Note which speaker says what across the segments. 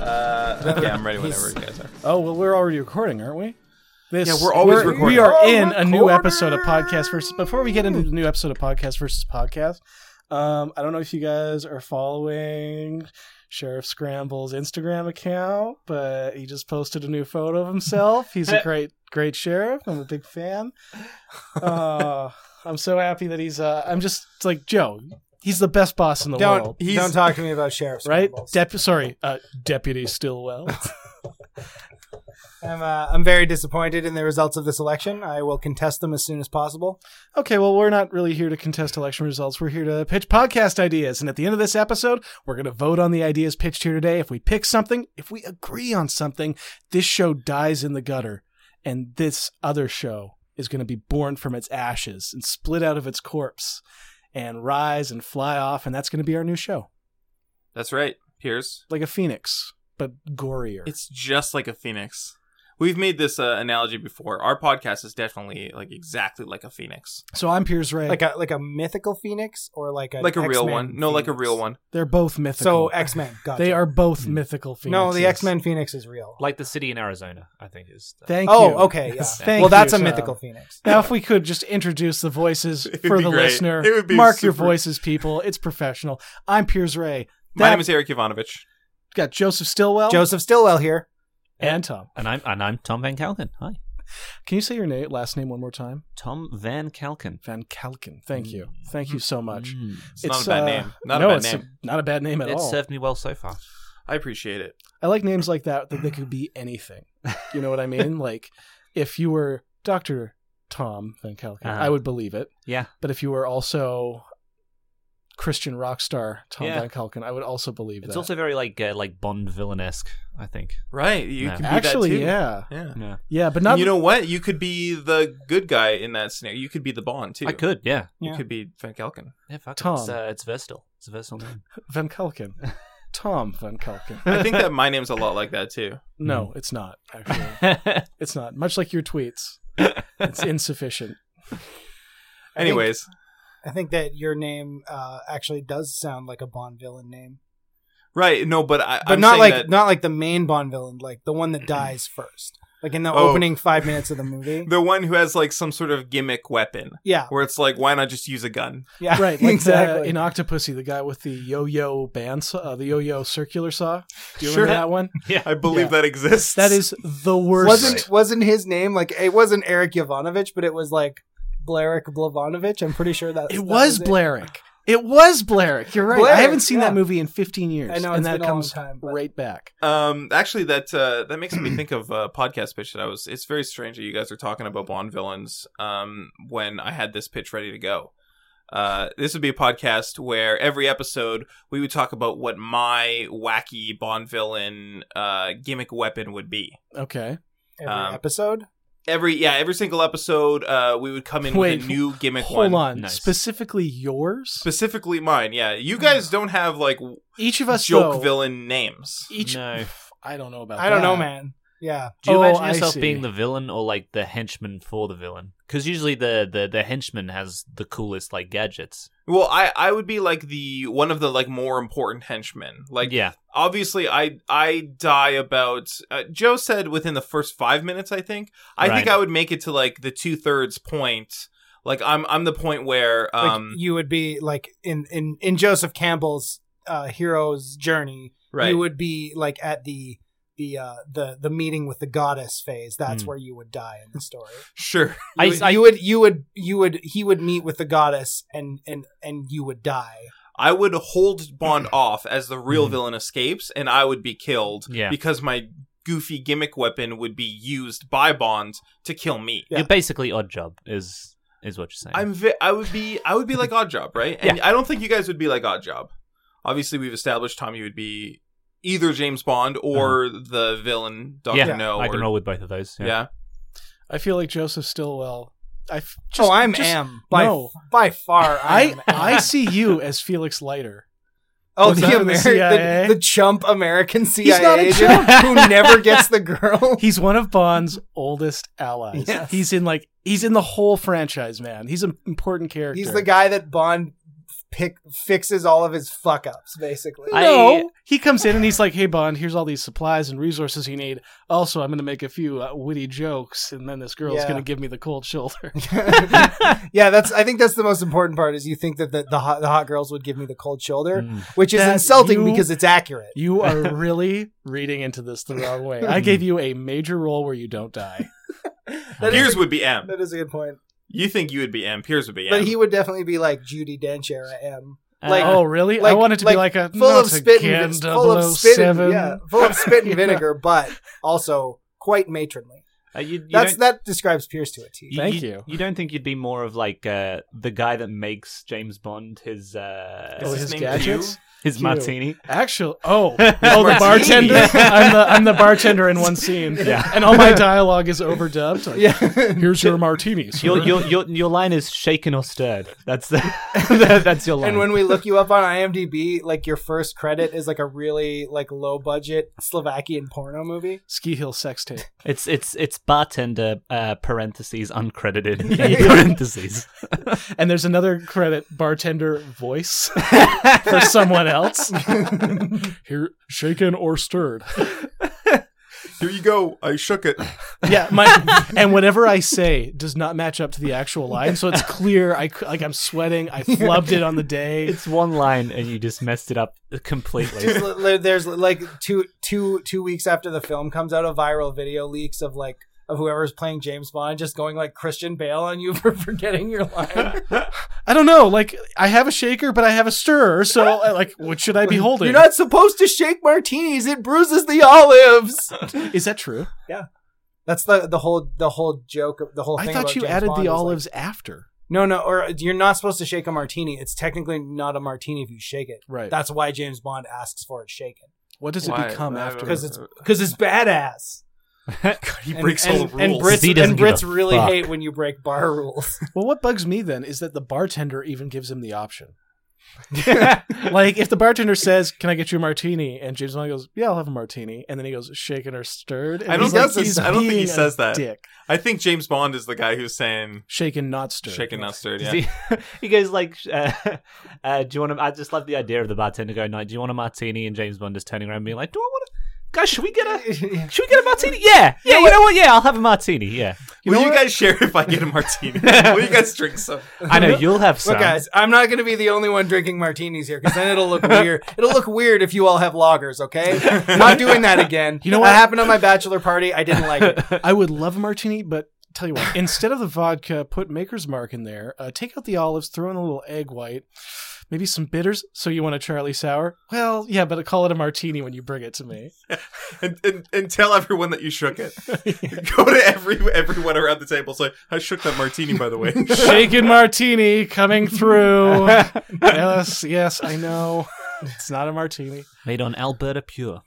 Speaker 1: Uh, yeah, I'm ready whenever you guys are.
Speaker 2: Oh well, we're already recording, aren't we? This,
Speaker 1: Yeah, we're always recording.
Speaker 2: We are
Speaker 3: Oh,
Speaker 2: in a new
Speaker 3: recorder.
Speaker 2: episode of Podcast versus. Before we get into the new episode of Podcast versus Podcast, um, I don't know if you guys are following Sheriff Scramble's Instagram account, but he just posted a new photo of himself. He's a great, great sheriff. I'm a big fan. Uh, I'm so happy that he's. Uh, I'm just it's like Joe. He's the best boss in the
Speaker 3: Don't
Speaker 2: world,
Speaker 3: don't talk to me about sheriffs.
Speaker 2: right?
Speaker 3: Scrambles.
Speaker 2: Dep- sorry, uh, Deputy Stillwell.
Speaker 3: I'm uh, I'm very disappointed in the results of this election. I will contest them as soon as possible.
Speaker 2: Okay, well, we're not really here to contest election results. We're here to pitch podcast ideas. And at the end of this episode, we're going to vote on the ideas pitched here today. If we pick something, if we agree on something, this show dies in the gutter. And this other show is going to be born from its ashes and split out of its corpse and rise and fly off. And that's going to be our new show,
Speaker 1: That's right, Piers.
Speaker 2: like a phoenix, but gorier.
Speaker 1: It's just like a phoenix. We've made this uh, analogy before. Our podcast is definitely like exactly like a phoenix,
Speaker 2: so I'm Piers Ray.
Speaker 3: Like a like a mythical phoenix or like a
Speaker 1: like a real
Speaker 3: X-Men
Speaker 1: one. No, like a
Speaker 3: phoenix?
Speaker 1: real one.
Speaker 2: They're both
Speaker 3: So
Speaker 2: mythical.
Speaker 3: X Men. Gotcha.
Speaker 2: they are both mythical
Speaker 3: no,
Speaker 2: phoenixes.
Speaker 3: the X Men phoenix is real.
Speaker 4: like the city in Arizona, I think is. the-
Speaker 2: Thank you.
Speaker 3: oh, okay, yeah.
Speaker 2: Thank
Speaker 3: well,
Speaker 2: you,
Speaker 3: that's a
Speaker 2: Sam.
Speaker 3: mythical phoenix.
Speaker 2: Now, if we could just introduce the voices
Speaker 1: It'd
Speaker 2: for
Speaker 1: be
Speaker 2: the
Speaker 1: great.
Speaker 2: listener,
Speaker 1: It would be
Speaker 2: mark your
Speaker 1: super-
Speaker 2: voices, people. It's professional. I'm Piers Ray.
Speaker 1: My
Speaker 2: That-
Speaker 1: name is Eric Ivanovich.
Speaker 2: We've Got Joseph Stillwell,
Speaker 3: Joseph Stillwell here.
Speaker 2: and Tom.
Speaker 5: And I'm and I'm Tom Van Kalken. Hi,
Speaker 2: Can you say your name, last name one more time?
Speaker 5: Tom Van Kalken.
Speaker 2: Van Kalken. Thank you. Thank you so much.
Speaker 5: Mm.
Speaker 1: It's, not a bad
Speaker 2: uh,
Speaker 1: name. Not
Speaker 2: no,
Speaker 1: a bad
Speaker 2: it's
Speaker 1: name.
Speaker 2: not a bad name at
Speaker 5: It
Speaker 2: all.
Speaker 5: served me well so far.
Speaker 1: I appreciate it.
Speaker 2: I like names like that that they could be anything. You know what I mean? like if you were Doctor Tom Van Kalken,
Speaker 5: Uh-huh.
Speaker 2: I would believe it.
Speaker 5: Yeah.
Speaker 2: But if you were also Christian rock star Tom
Speaker 5: Yeah.
Speaker 2: Van Kalken, I would also believe
Speaker 5: It's
Speaker 2: that.
Speaker 5: also very like uh, like Bond villain esque. I think.
Speaker 1: Right? You
Speaker 5: No.
Speaker 1: can be
Speaker 2: actually,
Speaker 1: that too.
Speaker 2: yeah,
Speaker 1: Yeah.
Speaker 5: Yeah,
Speaker 2: yeah, but
Speaker 1: And
Speaker 2: not
Speaker 1: you know what? You could be the good guy in that scenario. You could be the Bond too.
Speaker 5: I could. Yeah,
Speaker 1: You
Speaker 3: Yeah.
Speaker 1: could be Van Kalken.
Speaker 5: yeah. Fuck it.
Speaker 2: Tom.
Speaker 5: It's, uh, it's versatile. It's a versatile name.
Speaker 2: Van Kalken. Tom Van Kalken.
Speaker 1: I think that my name's a lot like that too.
Speaker 2: No,
Speaker 3: Hmm.
Speaker 2: it's not. Actually, it's not. Much like your tweets, it's insufficient.
Speaker 3: I think-
Speaker 1: Anyways,
Speaker 3: I think that your name uh, actually does sound like a Bond villain name,
Speaker 1: right? No, but I,
Speaker 3: but
Speaker 1: I'm
Speaker 3: not
Speaker 1: saying
Speaker 3: like
Speaker 1: that
Speaker 3: not like the main Bond villain, like the one that dies first, like in the
Speaker 1: Oh.
Speaker 3: opening five minutes of the movie.
Speaker 1: the one who has like some sort of gimmick weapon,
Speaker 3: yeah,
Speaker 1: where it's like, why not just use a gun?
Speaker 3: yeah,
Speaker 2: Right, like
Speaker 3: exactly.
Speaker 2: the, in Octopussy, the guy with the yo-yo band, saw, uh, the yo-yo circular saw. Do you
Speaker 1: Sure.
Speaker 2: remember that one?
Speaker 1: I believe
Speaker 2: Yeah.
Speaker 1: that exists.
Speaker 2: That is the worst.
Speaker 3: wasn't wasn't his name like it wasn't Eric Yovanovich, but it was like Blarick Blavanovich. I'm pretty sure that
Speaker 2: it
Speaker 3: that
Speaker 2: was Blarick. It was Blarick. You're right.
Speaker 3: Blarick,
Speaker 2: I haven't seen
Speaker 3: yeah.
Speaker 2: that movie in 15 years.
Speaker 3: I know,
Speaker 2: and
Speaker 3: it's
Speaker 2: that
Speaker 3: been a long
Speaker 2: comes
Speaker 3: time, but-
Speaker 2: right back.
Speaker 1: Um, actually, that uh, that makes me think of a podcast pitch that I was. It's very strange that you guys are talking about Bond villains. Um, when I had this pitch ready to go, uh, this would be a podcast where every episode we would talk about what my wacky Bond villain uh, gimmick weapon would be.
Speaker 2: Okay.
Speaker 3: Every
Speaker 1: um,
Speaker 3: episode.
Speaker 1: Every yeah, every single episode, uh, we would come in
Speaker 2: Wait,
Speaker 1: with a new gimmick
Speaker 2: Hold
Speaker 1: one.
Speaker 2: on.
Speaker 5: Nice.
Speaker 2: Specifically yours?
Speaker 1: Specifically mine, yeah. You guys don't have like
Speaker 2: Each of us,
Speaker 1: joke
Speaker 2: though,
Speaker 1: villain names.
Speaker 2: Each,
Speaker 5: No.
Speaker 2: I don't know about.
Speaker 3: I don't
Speaker 2: that.
Speaker 3: know, man. Yeah,
Speaker 5: Do you
Speaker 2: Oh,
Speaker 5: imagine
Speaker 2: I
Speaker 5: yourself
Speaker 2: see.
Speaker 5: being the villain or like the henchman for the villain? Because usually the, the the henchman has the coolest like gadgets.
Speaker 1: Well, I I would be like the one of the like more important henchmen. Like
Speaker 5: yeah,
Speaker 1: obviously I I die about uh, Joe said within the first five minutes. I think I think
Speaker 5: Right.
Speaker 1: I would make it to like the two thirds point. Like I'm I'm the point where
Speaker 3: like
Speaker 1: um
Speaker 3: you would be like in in in Joseph Campbell's uh, hero's journey.
Speaker 1: right
Speaker 3: You would be like at the the uh, the the meeting with the goddess phase. That's
Speaker 5: Mm.
Speaker 2: Hmm.
Speaker 3: where you would die in the story.
Speaker 1: sure
Speaker 5: I-
Speaker 3: You, would-
Speaker 5: I-
Speaker 3: you would you would you would he would meet with the goddess and and and you would die.
Speaker 1: I would hold Bond off as the real
Speaker 5: Mhm.
Speaker 1: villain escapes, and I would be killed
Speaker 5: Yeah.
Speaker 1: because my goofy gimmick weapon would be used by Bond to kill me.
Speaker 3: Yeah.
Speaker 5: you're basically odd job is is what you're saying.
Speaker 1: I'm vi- I would be I would be like Oddjob, right? And I don't think you guys would be like Oddjob. Obviously, we've established Tom. You would be either James Bond or the villain Doctor
Speaker 5: yeah,
Speaker 1: No.
Speaker 5: I can
Speaker 1: or-
Speaker 5: roll with both of those.
Speaker 1: Yeah.
Speaker 2: I feel like Joseph Stillwell. I f- just,
Speaker 3: oh, I'm
Speaker 2: just-
Speaker 3: am by
Speaker 2: no.
Speaker 3: by far.
Speaker 2: I
Speaker 3: am am.
Speaker 2: I see you as Felix Leiter.
Speaker 3: Oh,
Speaker 2: Was
Speaker 3: the,
Speaker 2: that in the
Speaker 3: Ameri- the,
Speaker 2: CIA?
Speaker 3: the chump American CIA
Speaker 2: not a
Speaker 3: agent who never gets the girl.
Speaker 2: He's one of Bond's oldest allies.
Speaker 3: Yes.
Speaker 2: He's in like he's in the whole franchise, man. He's an important character.
Speaker 3: He's the guy that Bond pick fixes all of his fuck ups, basically.
Speaker 5: I-
Speaker 2: no, he comes in and he's like, "Hey Bond, here's all these supplies and resources you need. Also, I'm going to make a few uh, witty jokes, and then this girl's
Speaker 3: Yeah.
Speaker 2: going to give me the cold shoulder."
Speaker 3: yeah, that's. I think that's the most important part. Is you think that the the hot, the hot girls would give me the cold shoulder,
Speaker 5: Mm.
Speaker 3: which is
Speaker 2: That
Speaker 3: insulting
Speaker 2: you-
Speaker 3: because it's accurate.
Speaker 2: you are really reading into this the wrong way. I gave you a major role where you don't die.
Speaker 3: That is
Speaker 1: Piers
Speaker 3: a-
Speaker 1: would be M.
Speaker 3: That is a good point.
Speaker 1: You think you would be M. Piers would be M.
Speaker 3: But he would definitely be like Judy Dench era M. Like-
Speaker 5: Uh,
Speaker 2: oh, really? I
Speaker 3: like-
Speaker 2: want it to be
Speaker 3: like
Speaker 2: like a
Speaker 3: full
Speaker 2: not
Speaker 3: of spit
Speaker 2: again,
Speaker 3: and full of spit and,
Speaker 2: 007.
Speaker 3: yeah, full of spit and
Speaker 2: Yeah.
Speaker 3: vinegar, but also quite matronly.
Speaker 5: uh, you, you
Speaker 3: That's
Speaker 5: don't-
Speaker 3: that describes Pierce to a T.
Speaker 2: Thank you.
Speaker 5: You don't think you'd be more of like uh, the guy that makes James Bond his uh,
Speaker 2: Oh,
Speaker 1: Is
Speaker 2: his
Speaker 1: name
Speaker 2: gadgets.
Speaker 5: his
Speaker 2: Q.
Speaker 5: martini?
Speaker 2: Actual. Oh, oh, the
Speaker 1: Martini.
Speaker 2: bartender. I'm the I'm the bartender in one scene.
Speaker 5: Yeah.
Speaker 2: and all my dialogue is overdubbed. Like,
Speaker 3: Yeah.
Speaker 2: Here's your martini. sir."
Speaker 5: Your, your your your line is shaken or stirred. That's the, that's your line.
Speaker 3: and when we look you up on IMDb, like your first credit is like a really like low budget Slovakian porno movie.
Speaker 2: Ski Hill sex tape.
Speaker 5: it's it's it's bartender uh, parentheses uncredited parentheses.
Speaker 2: And there's another credit bartender voice for someone else. Here, shaken or stirred.
Speaker 1: Here you go. I shook it.
Speaker 2: Yeah, my and whatever I say does not match up to the actual line, so it's clear. I c- like I'm sweating. I flubbed it on the day.
Speaker 5: It's one line and you just messed it up completely.
Speaker 3: There's, li- there's like two two two weeks after the film comes out, a viral video leaks of like of whoever's playing James Bond just going like Christian Bale on you for forgetting your line.
Speaker 2: I don't know. Like I have a shaker, but I have a stirrer. So I- like, what should I be holding?
Speaker 3: You're not supposed to shake martinis; it bruises the olives.
Speaker 2: Is that true?
Speaker 3: That's the the whole the whole joke of the whole thing.
Speaker 2: I thought
Speaker 3: about
Speaker 2: you
Speaker 3: James
Speaker 2: added
Speaker 3: Bond is,
Speaker 2: the
Speaker 3: like-
Speaker 2: olives after.
Speaker 3: no, no, or you're not supposed to shake a martini. It's technically not a martini if you shake it.
Speaker 2: Right.
Speaker 3: That's why James Bond asks for it shaken
Speaker 2: what does
Speaker 1: Why?
Speaker 2: it become after?
Speaker 3: because it's because it's badass.
Speaker 1: uh, he
Speaker 3: And-
Speaker 1: breaks all
Speaker 3: and,
Speaker 1: the rules.
Speaker 3: And Brits,
Speaker 5: He doesn't
Speaker 3: and
Speaker 5: give a
Speaker 3: Brits really
Speaker 5: fuck.
Speaker 3: hate when you break bar rules.
Speaker 2: well, what bugs me then is that the bartender even gives him the option. Like if the bartender says, "Can I get you a martini?" and James Bond goes, "Yeah, I'll have a martini," and then he goes, "Shaken or stirred?" And
Speaker 1: I don't
Speaker 2: he's like,
Speaker 1: think he-
Speaker 2: he's
Speaker 1: I don't think he
Speaker 2: being
Speaker 1: says
Speaker 2: a
Speaker 1: that.
Speaker 2: Dick,
Speaker 1: I think James Bond is the guy who's saying
Speaker 2: shaken not stirred.
Speaker 1: shaken not stirred. Yeah.
Speaker 5: Does He, he goes like, uh, uh, "Do you want to?" I just love the idea of the bartender going, "Like, do you want a martini?" And James Bond just turning around, and being like, "Do I want a? Guys, should we get a? Should we get a martini? Yeah, yeah. you know what? Yeah, I'll have a martini. Yeah,
Speaker 1: Will you guys share if I get a martini? Will you guys drink some?
Speaker 5: I know you'll have some.
Speaker 3: Look, guys, I'm not going to be the only one drinking martinis here because then it'll look weird. It'll look weird if you all have loggers. Okay, not doing that again. You
Speaker 2: know
Speaker 3: know
Speaker 2: what?
Speaker 3: what happened on my bachelor party? I didn't like it.
Speaker 2: I would love a martini, but tell you what, instead of the vodka, put Maker's Mark in there. Uh, take out the olives, throw in a little egg white, maybe some bitters. So you want a Charlie sour? Well, yeah, but call it a martini when you bring it to me.
Speaker 1: And, and, and tell everyone that you shook it. Go to every everyone around the table. Say, I shook that martini, by the way.
Speaker 2: Shaken martini coming through. yes, yes, I know. It's not a martini.
Speaker 5: made on Alberta Pure.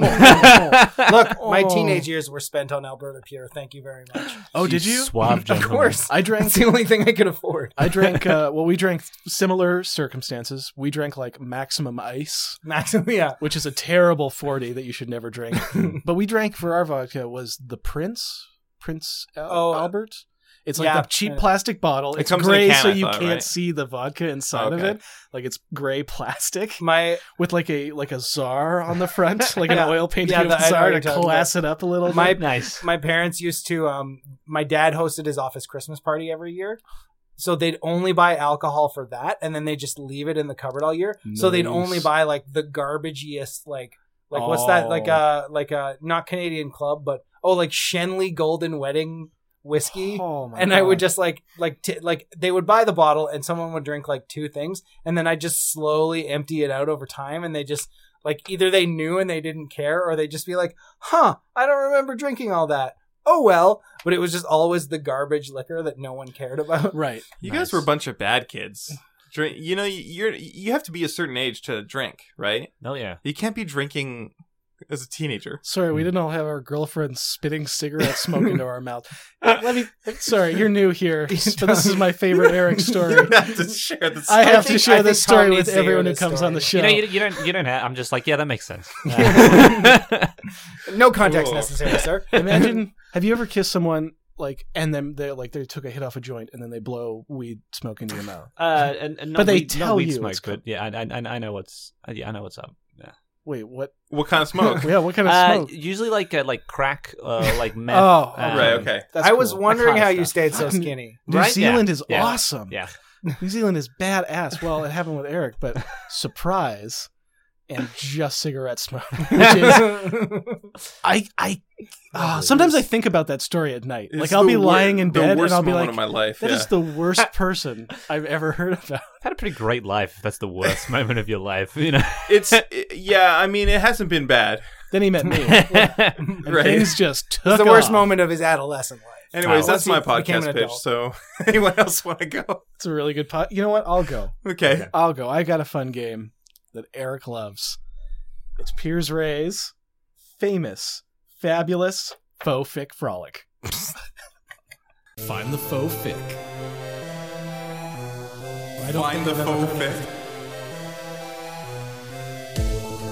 Speaker 2: Oh,
Speaker 3: Look, my
Speaker 2: Oh.
Speaker 3: teenage years were spent on Alberta Pure. Thank you very much.
Speaker 2: oh did you?
Speaker 5: Suave,
Speaker 3: Of
Speaker 5: gentleman.
Speaker 3: course,
Speaker 2: I drank
Speaker 3: that's the only thing I could afford.
Speaker 2: I drank. Uh, well, we drank similar circumstances. We drank like maximum ice,
Speaker 3: Maximum, yeah.
Speaker 2: which is a terrible forty that you should never drink. but we drank for our vodka was the Prince, Prince Al-
Speaker 3: Oh, uh,
Speaker 2: Albert. It's like
Speaker 3: yeah.
Speaker 2: a cheap plastic bottle.
Speaker 1: It
Speaker 2: It's
Speaker 1: comes in a
Speaker 2: gray,
Speaker 1: can,
Speaker 2: so
Speaker 1: I
Speaker 2: you
Speaker 1: thought,
Speaker 2: can't
Speaker 1: right?
Speaker 2: see the vodka inside of
Speaker 1: Okay.
Speaker 2: it. Like it's gray plastic
Speaker 3: My
Speaker 2: with like a like a czar on the front, like
Speaker 3: Yeah.
Speaker 2: an oil painting
Speaker 3: Yeah,
Speaker 2: of
Speaker 3: that-
Speaker 2: the
Speaker 3: I
Speaker 2: czar to
Speaker 3: already done
Speaker 2: class it up a little.
Speaker 3: My-
Speaker 2: bit.
Speaker 5: nice.
Speaker 3: my parents used to um my dad hosted his office christmas party every year so they'd only buy alcohol for that and then they just leave it in the cupboard all year so they'd
Speaker 2: Nice.
Speaker 3: only buy like the garbagiest like like what's that
Speaker 2: Oh.
Speaker 3: like uh like uh not canadian club but oh like shenley golden wedding whiskey
Speaker 2: Oh my
Speaker 3: and I would
Speaker 2: God.
Speaker 3: just like like t- like they would buy the bottle and someone would drink like two things and then I just slowly empty it out over time and they just like either they knew and they didn't care or they just be like, "Huh, I don't remember drinking all that." Oh well, but it was just always the garbage liquor that no one cared about.
Speaker 2: right.
Speaker 1: You guys were a bunch of bad kids. Drink. You know, you're you have to be a certain age to drink, right?
Speaker 5: Oh yeah.
Speaker 1: You can't be drinking as a teenager.
Speaker 2: Sorry, we didn't all have our girlfriends spitting cigarette smoke into our mouth. Let me. Sorry, you're new here, but this is my favorite Eric
Speaker 1: You
Speaker 2: story.
Speaker 1: don't have to share this.
Speaker 2: I have to
Speaker 3: think- I
Speaker 2: share
Speaker 3: think
Speaker 2: this
Speaker 3: Tom
Speaker 2: story
Speaker 3: needs
Speaker 2: with
Speaker 3: to hear
Speaker 2: everyone who
Speaker 3: this
Speaker 2: comes on the show.
Speaker 5: You know, you, you don't. You don't have. I'm just like, yeah, that makes sense. Uh,
Speaker 3: No context
Speaker 1: Cool.
Speaker 3: necessary, sir.
Speaker 2: Imagine. Have you ever kissed someone like and then they like they took a hit off a joint and then they blow weed smoke into your mouth.
Speaker 5: Uh, and, and not
Speaker 2: But they
Speaker 5: weed,
Speaker 2: tell
Speaker 5: not weed
Speaker 2: you
Speaker 5: smoke,
Speaker 2: it's
Speaker 5: but yeah, I, I, I know what's uh, yeah, I know what's up. Yeah.
Speaker 2: Wait, what?
Speaker 1: What kind of smoke?
Speaker 2: yeah, what kind of
Speaker 5: Uh,
Speaker 2: smoke?
Speaker 5: usually like uh, like crack, uh, like meth.
Speaker 2: Oh,
Speaker 5: uh,
Speaker 1: right. Okay.
Speaker 2: That's
Speaker 3: I was
Speaker 2: cool.
Speaker 3: wondering
Speaker 5: kinda
Speaker 3: how you
Speaker 5: stuff.
Speaker 3: stayed so
Speaker 2: Fucking-
Speaker 3: skinny.
Speaker 2: New
Speaker 5: Right? Yeah.
Speaker 2: Zealand is
Speaker 5: Yeah.
Speaker 2: awesome.
Speaker 5: Yeah.
Speaker 2: New Zealand is badass. Well, it happened with Eric, but surprise, and just cigarette smoke, which is I I ah, sometimes I think about that story at night.
Speaker 1: It's
Speaker 2: like I'll
Speaker 1: the
Speaker 2: be
Speaker 1: wor-
Speaker 2: lying in
Speaker 1: the
Speaker 2: bed and
Speaker 1: worst
Speaker 2: I'll be
Speaker 1: moment
Speaker 2: like,
Speaker 1: of my life.
Speaker 2: "That
Speaker 1: yeah.
Speaker 2: is the worst person I've ever heard about."
Speaker 5: I've had a pretty great life. If that's the worst moment of your life, you know.
Speaker 1: It's it- yeah. I mean, it hasn't been bad.
Speaker 2: Then he met me. And
Speaker 1: Right.
Speaker 2: Things just took
Speaker 3: the worst
Speaker 2: off.
Speaker 3: moment of his adolescent life.
Speaker 1: Anyways,
Speaker 5: Oh.
Speaker 1: that's
Speaker 3: Once
Speaker 1: my
Speaker 3: he became
Speaker 1: podcast
Speaker 3: an
Speaker 1: pitch.
Speaker 3: adult.
Speaker 1: So anyone else want to go?
Speaker 2: It's a really good pot. You know what? I'll go.
Speaker 1: Okay.
Speaker 5: Okay.
Speaker 2: I'll go. I got a fun game that Eric loves. It's Piers Ray's famous, fabulous faux fic frolic. Find the faux fic. I don't
Speaker 1: Find
Speaker 2: think
Speaker 1: the
Speaker 2: I've ever
Speaker 1: faux
Speaker 2: heard of
Speaker 1: fic.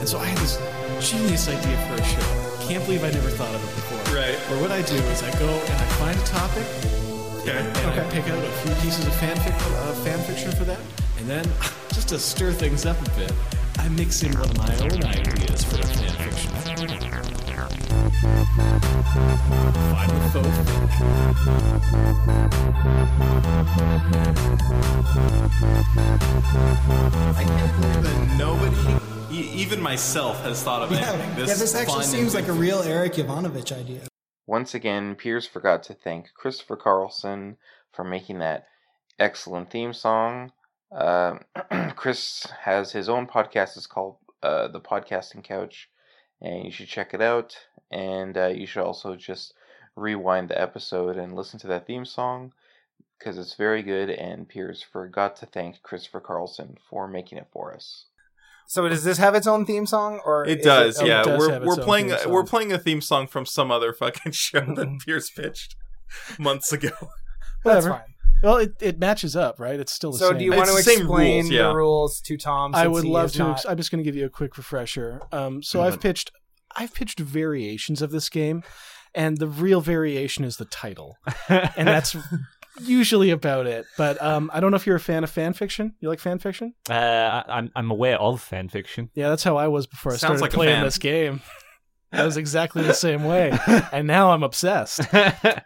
Speaker 2: And so I had this genius idea for a show. Can't believe I never thought of it before.
Speaker 1: Right.
Speaker 2: Or what I do is I go and I find a topic
Speaker 1: Okay.
Speaker 2: and I pick out a few pieces of fanfic, uh, fan fiction for that, and then just to stir things up a bit, I mix in one of my own ideas for a fan fiction. Find the folk.
Speaker 1: I can't believe that nobody, e- even myself, has thought of anything. This, fun and different.
Speaker 6: real Eric Ivanovich idea.
Speaker 7: Once again, Piers forgot to thank Christopher Carlson for making that excellent theme song. Um Chris has his own podcast. It's called uh, The Podcasting Couch, and you should check it out. And uh, you should also just rewind the episode and listen to that theme song because it's very good. And Piers forgot to thank Christopher Carlson for making it for us.
Speaker 3: So does this have its own theme song? Or
Speaker 1: It
Speaker 3: is
Speaker 1: does,
Speaker 3: oh,
Speaker 1: yeah.
Speaker 2: does
Speaker 1: we're
Speaker 2: have its
Speaker 1: we're
Speaker 2: own
Speaker 1: playing
Speaker 2: theme
Speaker 1: a,
Speaker 2: song. Mm-hmm.
Speaker 1: we're playing a theme song from some other fucking show that Pierce pitched months ago.
Speaker 3: That's
Speaker 2: Whatever.
Speaker 3: fine.
Speaker 2: Well, it, it matches up, right? It's still the
Speaker 3: So
Speaker 2: same.
Speaker 3: do you
Speaker 1: It's
Speaker 3: want to
Speaker 1: the same
Speaker 3: explain
Speaker 1: rules, yeah.
Speaker 3: the rules to Tom?
Speaker 2: I
Speaker 3: since
Speaker 2: would
Speaker 3: he
Speaker 2: love
Speaker 3: is
Speaker 2: to.
Speaker 3: Not...
Speaker 2: Ex- I'm just going to give you a quick refresher. Um, so I've pitched, I've pitched variations of this game, and the real variation is the title, and that's usually about it. But um, I don't know if you're a fan of fan fiction. You like fan fiction?
Speaker 5: Uh, I, I'm I'm aware of fan fiction.
Speaker 2: Yeah, that's how I was before I
Speaker 1: Sounds
Speaker 2: started
Speaker 1: like a
Speaker 2: playing
Speaker 1: fan.
Speaker 2: this game. I was exactly the same way, and now I'm obsessed.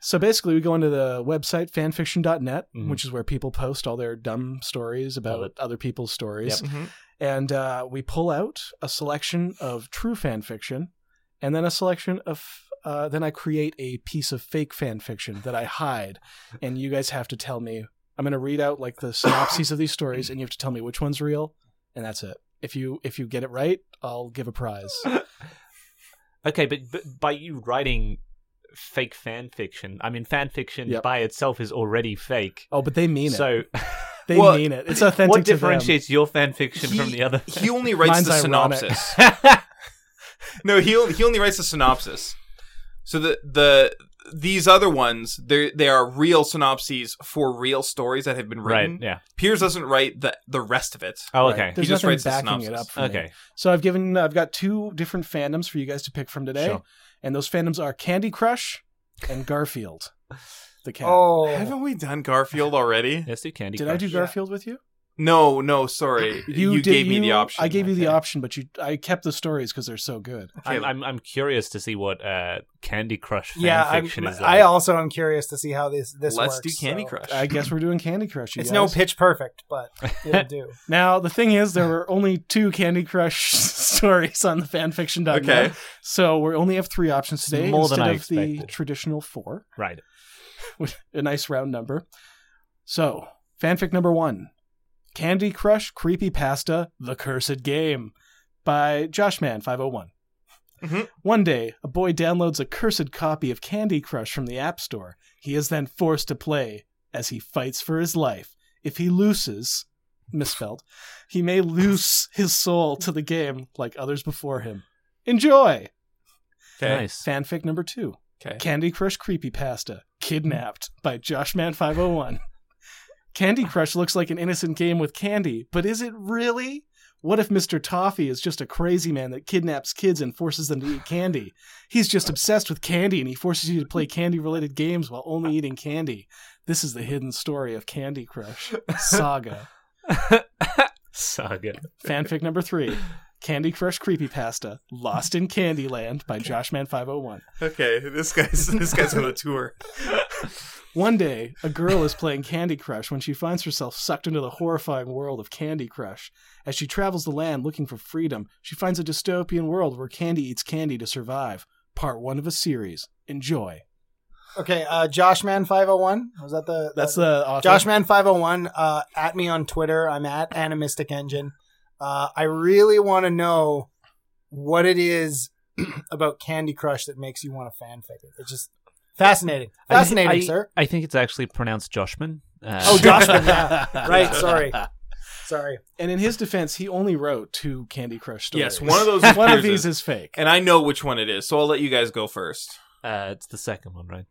Speaker 2: So basically, we go into the website fanfiction.net,
Speaker 5: Mhm.
Speaker 2: which is where people post all their dumb stories
Speaker 5: Love
Speaker 2: about
Speaker 5: it.
Speaker 2: other people's stories,
Speaker 1: Mhm.
Speaker 2: and uh, we pull out a selection of true fanfiction, and then a selection of. Uh, then I create a piece of fake fan fiction that I hide, and you guys have to tell me. I'm going to read out like the synopses of these stories, and you have to tell me which one's real, and that's it. If you if you get it right, I'll give a prize.
Speaker 5: Okay, but, but by you writing fake fan fiction, I mean fan fiction
Speaker 2: Yep.
Speaker 5: by itself is already fake.
Speaker 2: Oh, but they mean it.
Speaker 5: so
Speaker 2: they
Speaker 1: Well,
Speaker 2: mean it. It's authentic.
Speaker 5: what
Speaker 2: to them.
Speaker 5: differentiates your fan fiction from
Speaker 1: He-
Speaker 5: the other?
Speaker 1: He only writes
Speaker 2: Mine's
Speaker 1: the
Speaker 2: ironic.
Speaker 1: synopsis. no, he only, he only writes the synopsis. So the the these other ones, they they are real synopses for real stories that have been
Speaker 5: right?
Speaker 1: written.
Speaker 5: Yeah.
Speaker 1: Piers doesn't write the the rest of it.
Speaker 5: Oh,
Speaker 2: Right.
Speaker 5: okay.
Speaker 1: He
Speaker 2: There's
Speaker 1: just
Speaker 2: nothing
Speaker 1: writes the
Speaker 2: backing it
Speaker 1: synopsis.
Speaker 2: up. For me.
Speaker 5: Okay.
Speaker 2: So I've given I've got two different fandoms for you guys to pick from today,
Speaker 5: Sure.
Speaker 2: and those fandoms are Candy Crush and Garfield. The cat.
Speaker 3: Oh,
Speaker 1: Haven't we done Garfield already?
Speaker 5: Let's do Candy
Speaker 2: Did
Speaker 5: Crush.
Speaker 2: I do Garfield with you?
Speaker 1: No, no, sorry. You,
Speaker 2: did-
Speaker 1: gave me the
Speaker 2: you-
Speaker 1: option.
Speaker 2: I gave you the
Speaker 5: Okay.
Speaker 2: option, but you I kept the stories because they're so good.
Speaker 5: I'm, I'm I'm curious to see what uh, Candy Crush fan
Speaker 3: yeah. I'm,
Speaker 5: fiction is like.
Speaker 3: I also am curious to see how this this
Speaker 1: Let's
Speaker 3: works.
Speaker 1: do Candy
Speaker 3: so.
Speaker 1: Crush.
Speaker 2: I guess we're doing Candy Crush. You
Speaker 3: It's
Speaker 2: guys.
Speaker 3: no pitch perfect, but it'll do.
Speaker 2: Now the thing is, there were only two Candy Crush stories on the fanfiction.net,
Speaker 1: Okay.
Speaker 2: so we only have three options today
Speaker 5: More
Speaker 2: instead
Speaker 5: than I
Speaker 2: of the
Speaker 5: expected.
Speaker 2: traditional four.
Speaker 5: Right.
Speaker 2: with a nice round number. So, fanfic number one Candy Crush Creepypasta The Cursed Game by Joshman501.
Speaker 1: Mhm.
Speaker 2: One day, a boy downloads a cursed copy of Candy Crush from the App Store. He is then forced to play as he fights for his life. If he loses, misspelled, he may lose his soul to the game like others before him. Enjoy!
Speaker 1: Okay.
Speaker 5: Nice.
Speaker 2: Fanfic number two.
Speaker 1: Okay.
Speaker 2: Candy Crush Creepypasta, Kidnapped by Joshman501. Candy Crush looks like an innocent game with candy, but is it really? What if Mr. Toffee is just a crazy man that kidnaps kids and forces them to eat candy? He's just obsessed with candy and he forces you to play candy related games while only eating candy. This is the hidden story of Candy Crush Saga.
Speaker 5: Saga.
Speaker 2: Fanfic number three Candy Crush Creepypasta Lost in Candyland by Joshman501.
Speaker 1: Okay, this guy's this guy's on a tour.
Speaker 2: One day, a girl is playing Candy Crush when she finds herself sucked into the horrifying world of Candy Crush. As she travels the land looking for freedom, she finds a dystopian world where candy eats candy to survive. Part one of a series. Enjoy.
Speaker 3: Okay, uh, Joshman501. Was that the
Speaker 2: That's the author.
Speaker 3: Joshman501 uh, at me on Twitter. I'm at Animistic Engine. Uh, I really want to know what it is about Candy Crush that makes you want to fanfic it. It's just fascinating.
Speaker 5: I thi-
Speaker 3: Fascinating,
Speaker 5: I-
Speaker 3: sir.
Speaker 5: I think it's actually pronounced Joshman. Uh,
Speaker 3: Oh, Joshman, yeah. Right, sorry. Sorry.
Speaker 2: And in his defense, he only wrote two Candy Crush stories.
Speaker 1: Yes, one of those is
Speaker 2: one of
Speaker 1: yours
Speaker 2: these is fake.
Speaker 1: And I know which one it is, so I'll let you guys go first.
Speaker 5: uh, it's the second one, right?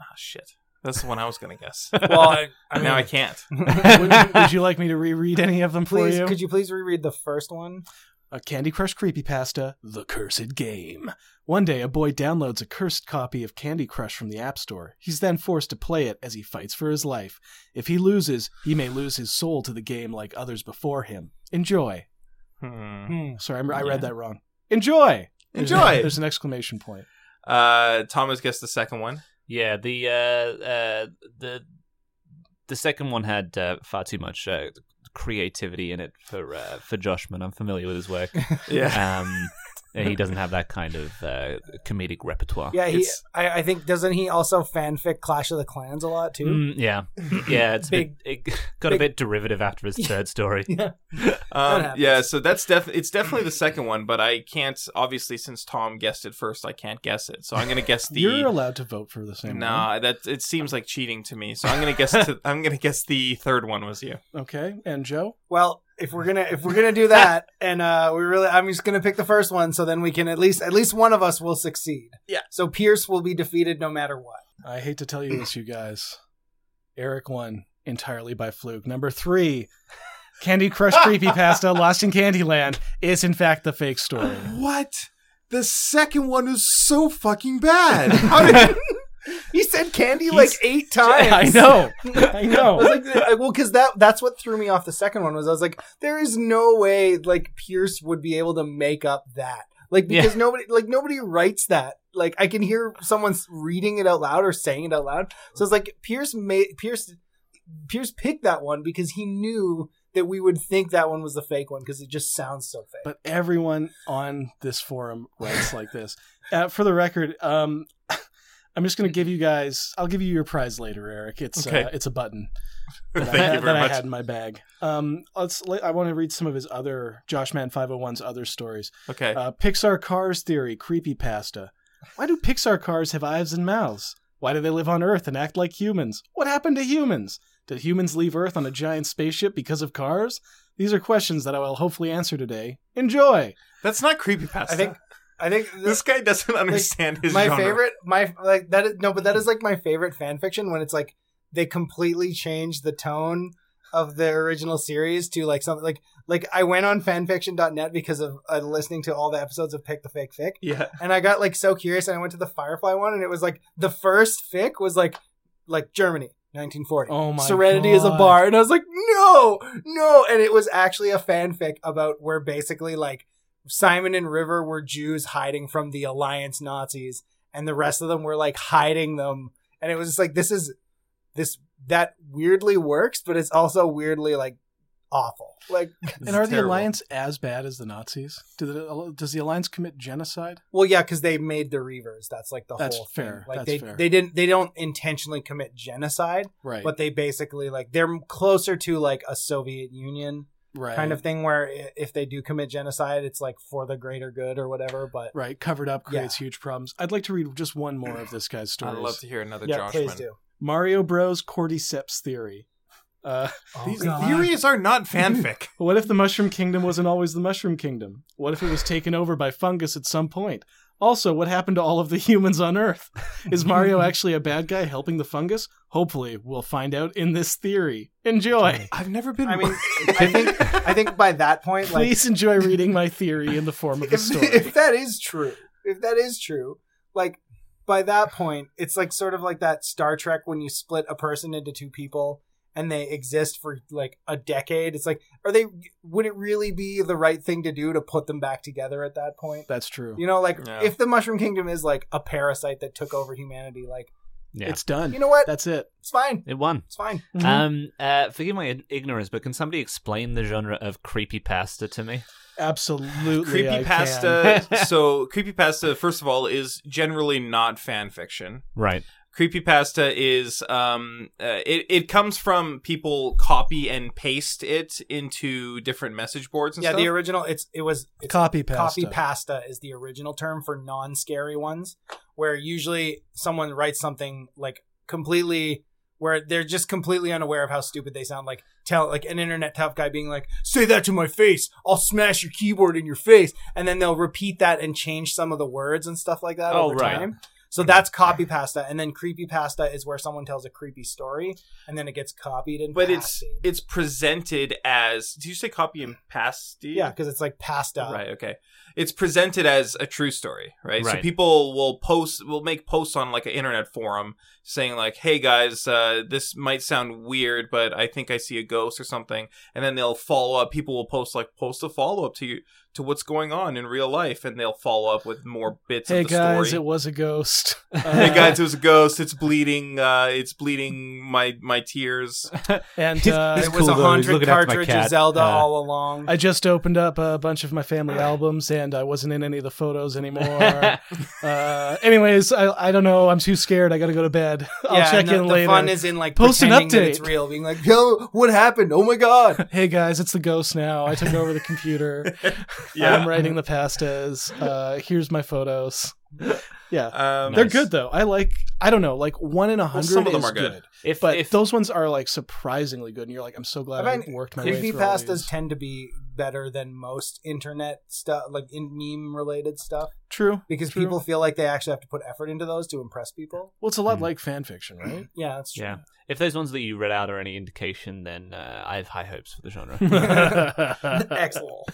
Speaker 1: Ah, shit. That's the one I was gonna guess.
Speaker 3: Well, I, I
Speaker 1: now I can't.
Speaker 2: would, would you like me to reread any of them for
Speaker 3: please,
Speaker 2: you?
Speaker 3: could you please reread the first one?
Speaker 2: A Candy Crush creepypasta, The Cursed Game. One day, a boy downloads a cursed copy of Candy Crush from the App Store. He's then forced to play it as he fights for his life. If he loses, he may lose his soul to the game like others before him. Enjoy.
Speaker 1: Hmm.
Speaker 3: Hmm.
Speaker 2: Sorry, I'm, I
Speaker 1: Yeah.
Speaker 2: read that wrong. Enjoy. There's-
Speaker 1: Enjoy.
Speaker 2: There's an exclamation point.
Speaker 1: Uh, Thomas guessed the second one.
Speaker 5: Yeah, the uh, uh, the the second one had uh, far too much uh, creativity in it for uh, for Joshman. I'm familiar with his work.
Speaker 1: Yeah.
Speaker 5: Um, he doesn't have that kind of uh, comedic repertoire.
Speaker 3: Yeah, he,
Speaker 1: It's-
Speaker 3: I, I think, doesn't he also fanfic Clash of the Clans a lot, too?
Speaker 5: Mm, yeah, yeah. It's
Speaker 3: Big-
Speaker 5: a bit, it got a
Speaker 3: big-
Speaker 5: bit derivative after his third story.
Speaker 1: Um,
Speaker 3: happens.
Speaker 1: yeah. So that's def. It's definitely the second one, but I can't. Obviously, since Tom guessed it first, I can't guess it. So I'm gonna guess the.
Speaker 2: You're allowed to vote for the same one.
Speaker 1: Nah, that it seems like cheating to me. So I'm gonna guess. To, I'm gonna guess the third one was you.
Speaker 2: Okay, and Joe?
Speaker 3: Well, if we're gonna if we're gonna do that, and uh, we really, I'm just gonna pick the first one, so then we can at least at least one of us will succeed.
Speaker 1: Yeah.
Speaker 3: So Pierce will be defeated no matter what.
Speaker 2: I hate to tell you this, you guys. Eric won entirely by fluke. Number three, Candy Crush Creepypasta Lost in Candyland is in fact the fake story.
Speaker 1: What? The second one is so fucking bad. How did?
Speaker 3: He said candy like eight times.
Speaker 2: I know.
Speaker 3: I
Speaker 2: know.
Speaker 3: was like, I- well, because that that's what threw me off the second one was I was like, there is no way like Pierce would be able to make up that. Like because nobody like nobody writes that. Like I can hear someone s- reading it out loud or saying it out loud. So it's like Pierce made Pierce Pierce picked that one because he knew that we would think that one was the fake one because it just sounds so fake.
Speaker 2: But everyone on this forum writes like this. Uh, for the record, um, I'm just going to give you guys. I'll give you your prize later, Eric. It's
Speaker 1: Okay.
Speaker 2: uh, it's a button that,
Speaker 1: Thank
Speaker 2: I, had,
Speaker 1: you
Speaker 2: that
Speaker 1: very
Speaker 2: I
Speaker 1: much.
Speaker 2: had in my bag. Um, let's. I want to read some of his other Joshman 501's other stories.
Speaker 1: Okay.
Speaker 2: Uh, Pixar Cars Theory, Creepypasta. Why do Pixar cars have eyes and mouths? Why do they live on Earth and act like humans? What happened to humans? Did humans leave Earth on a giant spaceship because of cars? These are questions that I will hopefully answer today. Enjoy!
Speaker 1: That's not creepypasta.
Speaker 3: I think I think
Speaker 1: this guy doesn't understand his
Speaker 3: my
Speaker 1: genre.
Speaker 3: favorite my like that is no but that is like my favorite fan fiction when it's like they completely change the tone of the original series to like something like like I went on fanfiction.net because of uh, listening to all the episodes of Pick the Fake Fic
Speaker 1: Yeah.
Speaker 3: and I got like so curious and I went to the Firefly one and it was like the first fic was like like Germany 1940
Speaker 2: Oh my
Speaker 3: Serenity is a
Speaker 2: God.
Speaker 3: bar and I was like no no and it was actually a fanfic about where basically like Simon and River were Jews hiding from the Alliance Nazis and the rest of them were like hiding them and it was just like this is this that weirdly works but it's also weirdly like awful like
Speaker 2: and are the Alliance as bad as the Nazis? Do the, does the Alliance commit genocide?
Speaker 3: Well, yeah, because they made the Reavers. That's like the
Speaker 2: That's
Speaker 3: whole
Speaker 2: fair.
Speaker 3: thing. Like
Speaker 2: That's
Speaker 3: they
Speaker 2: fair.
Speaker 3: they didn't they don't intentionally commit genocide,
Speaker 2: Right.
Speaker 3: but they basically like they're closer to like a Soviet Union
Speaker 2: right.
Speaker 3: kind of thing where i- if they do commit genocide, it's like for the greater good or whatever. But
Speaker 2: Right. Covered up creates huge problems. I'd like to read just one more of this guy's
Speaker 1: I'd
Speaker 2: stories.
Speaker 1: love to hear another
Speaker 3: yeah,
Speaker 1: Joshman.
Speaker 3: please do.
Speaker 2: Mario Bros. Cordyceps Theory. Uh,
Speaker 3: Oh,
Speaker 1: These theories are not fanfic.
Speaker 2: What if the Mushroom Kingdom wasn't always the Mushroom Kingdom? What if it was taken over by fungus at some point? Also, what happened to all of the humans on Earth? Is Mario actually a bad guy helping the fungus? Hopefully, we'll find out in this theory. Enjoy.
Speaker 1: I've never been.
Speaker 3: I mean, I think I think by that point, like,
Speaker 2: Please enjoy reading my theory in the form of a
Speaker 3: if,
Speaker 2: story.
Speaker 3: if that is true, if that is true, like by that point, it's like sort of like that Star Trek when you split a person into two people and they exist for like a decade. It's like, are they? Would it really be the right thing to do to put them back together at that point?
Speaker 2: That's true.
Speaker 3: You know, like
Speaker 1: Yeah.
Speaker 3: if the Mushroom Kingdom is like a parasite that took over humanity, like
Speaker 5: Yeah.
Speaker 2: It's done.
Speaker 3: you know what?
Speaker 2: That's it.
Speaker 3: It's fine.
Speaker 5: It won.
Speaker 3: It's fine.
Speaker 2: Mm-hmm.
Speaker 5: Um, uh, forgive my ig- ignorance, but can somebody explain the genre of creepypasta to me?
Speaker 2: Absolutely. I
Speaker 1: creepy
Speaker 2: can.
Speaker 1: pasta. so creepy pasta, first of all, is generally not fan fiction.
Speaker 5: Right.
Speaker 1: creepypasta is um uh, it it comes from people copy and paste it into different message boards and
Speaker 3: Yeah,
Speaker 1: stuff.
Speaker 3: the original. It's it was it's
Speaker 2: Copy pasta.
Speaker 3: Copy pasta is the original term for non scary ones, where usually someone writes something like completely where they're just completely unaware of how stupid they sound. Like tell like an internet tough guy being like, "Say that to my face, I'll smash your keyboard in your face," and then they'll repeat that and change some of the words and stuff like that
Speaker 5: Oh,
Speaker 3: over
Speaker 5: right.
Speaker 3: time. So that's copy pasta, and then creepy pasta is where someone tells a creepy story, and then it gets copied and
Speaker 1: but it's
Speaker 3: pasted.
Speaker 1: it's presented as. Do you say copy and paste?
Speaker 3: yeah, because it's like pasta,
Speaker 1: Right. Okay. It's presented as a true story, right? So
Speaker 5: Right.
Speaker 1: people will post, will make posts on like an internet forum saying like, "Hey guys, uh, this might sound weird, but I think I see a ghost or something." And then they'll follow up. People will post like post a follow up to you to what's going on in real life, and they'll follow up with more bits
Speaker 2: Hey
Speaker 1: of the
Speaker 2: guys,
Speaker 1: story.
Speaker 2: it was a ghost.
Speaker 1: Hey
Speaker 2: Uh,
Speaker 1: guys, it was a ghost. It's bleeding. Uh, it's bleeding my my tears.
Speaker 2: and
Speaker 5: He's-
Speaker 2: uh,
Speaker 5: he's
Speaker 3: It was
Speaker 5: cool,
Speaker 3: a
Speaker 5: though. He's
Speaker 3: hundred
Speaker 5: looking after my
Speaker 3: cartridge of
Speaker 5: cat.
Speaker 3: Zelda
Speaker 5: Uh,
Speaker 3: all along.
Speaker 2: I just opened up a bunch of my family albums and I wasn't in any of the photos anymore. uh, anyways, I, I don't know. I'm too scared. I got to go to bed. I'll
Speaker 3: yeah,
Speaker 2: check
Speaker 3: and the,
Speaker 2: in
Speaker 3: the
Speaker 2: later.
Speaker 3: fun is in like
Speaker 2: Post an
Speaker 3: pretending that it's
Speaker 2: update.
Speaker 3: real, being like, "Yo, what happened? Oh my god!"
Speaker 2: hey guys, it's the ghost now. I took over the computer. I'm writing the pastas. Uh, here's my photos. Yeah.
Speaker 1: Um,
Speaker 2: They're
Speaker 5: Nice.
Speaker 2: good though. I like. I don't know. Like one in a
Speaker 1: Well,
Speaker 2: hundred.
Speaker 1: some of them
Speaker 2: is
Speaker 1: are good.
Speaker 5: If,
Speaker 2: but
Speaker 5: if
Speaker 2: those ones are like surprisingly good, and you're like, I'm so glad
Speaker 3: I
Speaker 2: I,
Speaker 3: find
Speaker 2: worked my way
Speaker 3: Creepy
Speaker 2: through. all these.
Speaker 3: pastas tend to be better than most internet stuff, like in meme related stuff,
Speaker 2: True.
Speaker 3: because
Speaker 2: True.
Speaker 3: people feel like they actually have to put effort into those to impress people.
Speaker 2: Well, it's a lot
Speaker 5: Hmm.
Speaker 2: like fan fiction, right?
Speaker 3: Yeah, that's true.
Speaker 5: yeah, if those ones that you read out are any indication, then uh, I have high hopes for the genre.
Speaker 3: Excellent.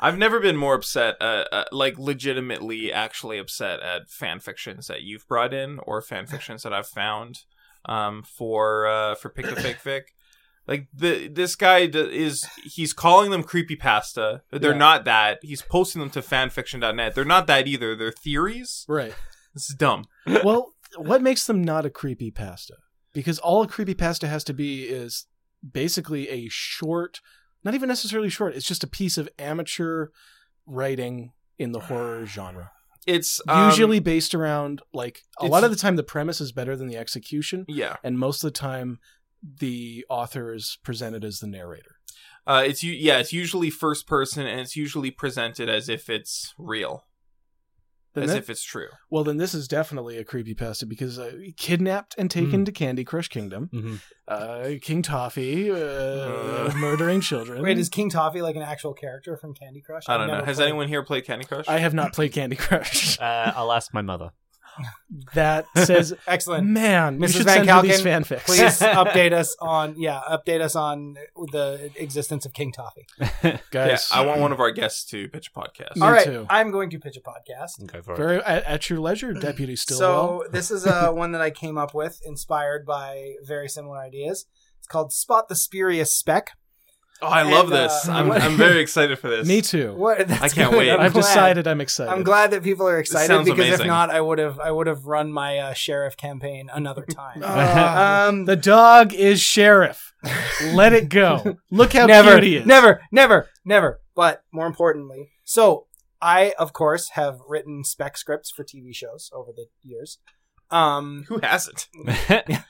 Speaker 1: I've never been more upset, uh, uh, like legitimately, actually upset at fan fictions that you've brought in or fan fictions that I've found um, for uh, for Pick the Fake Vic. Like the this guy d- is he's calling them creepy pasta. They're
Speaker 2: Yeah.
Speaker 1: not that. He's posting them to fanfiction.net. They're not that either. They're theories.
Speaker 2: Right.
Speaker 1: This is dumb.
Speaker 2: well, what makes them not a creepy pasta? Because all a creepy pasta has to be is basically a short, not even necessarily short. It's just a piece of amateur writing in the horror genre.
Speaker 1: It's um,
Speaker 2: Usually based around like a
Speaker 1: it's-
Speaker 2: lot of the time the premise is better than the execution,
Speaker 1: yeah.
Speaker 2: and most of the time the author is presented as the narrator.
Speaker 1: Uh, it's u- yeah. It's usually first person and it's usually presented as if it's real,
Speaker 2: Then
Speaker 1: as
Speaker 2: that-
Speaker 1: if it's true.
Speaker 2: well, then this is definitely a creepy pasta because uh, kidnapped and
Speaker 1: Hmm.
Speaker 2: taken to Candy Crush Kingdom,
Speaker 5: Mhm.
Speaker 2: uh, King Toffee uh,
Speaker 1: Uh.
Speaker 2: murdering children.
Speaker 3: Wait, is King Toffee like an actual character from Candy Crush?
Speaker 1: I
Speaker 3: I've
Speaker 1: don't know.
Speaker 3: never
Speaker 1: Has
Speaker 3: played-
Speaker 1: anyone here played Candy Crush?
Speaker 2: I have not played Candy Crush.
Speaker 5: uh, I'll ask my mother.
Speaker 2: That says,
Speaker 3: Excellent.
Speaker 2: man, you
Speaker 3: Mrs.
Speaker 2: should
Speaker 3: Van
Speaker 2: send her these
Speaker 3: Kalken,
Speaker 2: fanfics.
Speaker 3: Please update us on yeah, update us on the existence of King Toffee.
Speaker 1: Yeah,
Speaker 2: guys.
Speaker 1: I want one of our guests to pitch a podcast.
Speaker 2: Me
Speaker 3: All right,
Speaker 2: too.
Speaker 3: I'm going to pitch a podcast.
Speaker 5: Go for
Speaker 2: very at, at your leisure, Deputy Stillwell.
Speaker 3: Mm, So this is uh, one that I came up with, inspired by very similar ideas. It's called "Spot the Spurious Speck."
Speaker 1: Oh, I
Speaker 3: And,
Speaker 1: love
Speaker 3: uh,
Speaker 1: this. I'm,
Speaker 3: what-
Speaker 1: I'm very excited for this.
Speaker 2: Me too.
Speaker 3: What? That's
Speaker 1: I can't
Speaker 3: good.
Speaker 1: wait.
Speaker 3: I'm
Speaker 2: I've
Speaker 3: glad.
Speaker 2: decided I'm excited.
Speaker 3: I'm glad that people are excited
Speaker 1: sounds
Speaker 3: because if
Speaker 1: amazing.
Speaker 3: not, I would have I would have run my uh, sheriff campaign another time.
Speaker 2: Ah,
Speaker 3: um,
Speaker 2: the dog is sheriff. Let it go. Look how
Speaker 3: never,
Speaker 2: cute he is.
Speaker 3: never, never, never. But more importantly, so I of course have written spec scripts for TV shows over the years. Um,
Speaker 1: Who hasn't?
Speaker 5: it.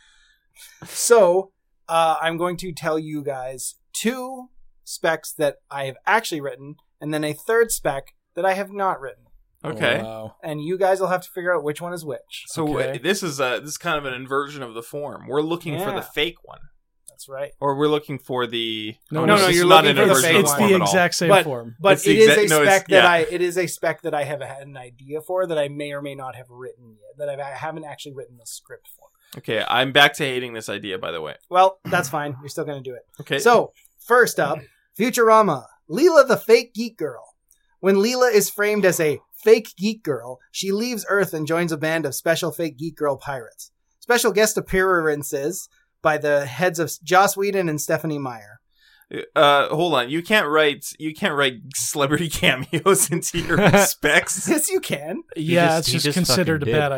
Speaker 3: So uh, I'm going to tell you guys two specs that I have actually written, and then a third spec that I have not written.
Speaker 1: Okay.
Speaker 2: Oh, Wow.
Speaker 3: And you guys will have to figure out which one is which.
Speaker 1: So uh,
Speaker 2: Okay.
Speaker 1: this is uh this is kind of an inversion of the form. We're looking for
Speaker 3: Yeah.
Speaker 1: the fake one.
Speaker 3: that's right.
Speaker 1: Or we're looking for the.
Speaker 2: No,
Speaker 1: oh,
Speaker 2: no, no,
Speaker 1: this is
Speaker 3: you're
Speaker 1: not
Speaker 3: looking
Speaker 1: an
Speaker 3: for the
Speaker 1: original
Speaker 3: fake
Speaker 2: it's
Speaker 3: one.
Speaker 1: form
Speaker 2: the
Speaker 1: at all.
Speaker 2: exact same
Speaker 3: But-
Speaker 2: form.
Speaker 3: But
Speaker 1: It's
Speaker 3: it's
Speaker 1: the exact-
Speaker 3: a
Speaker 1: no,
Speaker 3: spec
Speaker 1: it's-
Speaker 3: that
Speaker 1: yeah.
Speaker 3: I it is a spec that I have had an idea for that I may or may not have written yet that I've, I haven't actually written the script for.
Speaker 1: Okay, I'm back to hating this idea, by the way.
Speaker 3: Well, that's fine. You're still going to do it.
Speaker 1: Okay.
Speaker 3: So, first up, Futurama, Leela the fake geek girl. When Leela is framed as a fake geek girl, she leaves Earth and joins a band of special fake geek girl pirates. Special guest appearances by the heads of Joss Whedon and Stephanie Meyer.
Speaker 1: uh, hold on. You can't write. You can't write celebrity cameos into your specs.
Speaker 3: Yes, you can.
Speaker 2: yeah,
Speaker 5: just-
Speaker 2: it's
Speaker 5: he
Speaker 2: just,
Speaker 5: just
Speaker 2: considered a
Speaker 5: fucking did.
Speaker 2: bad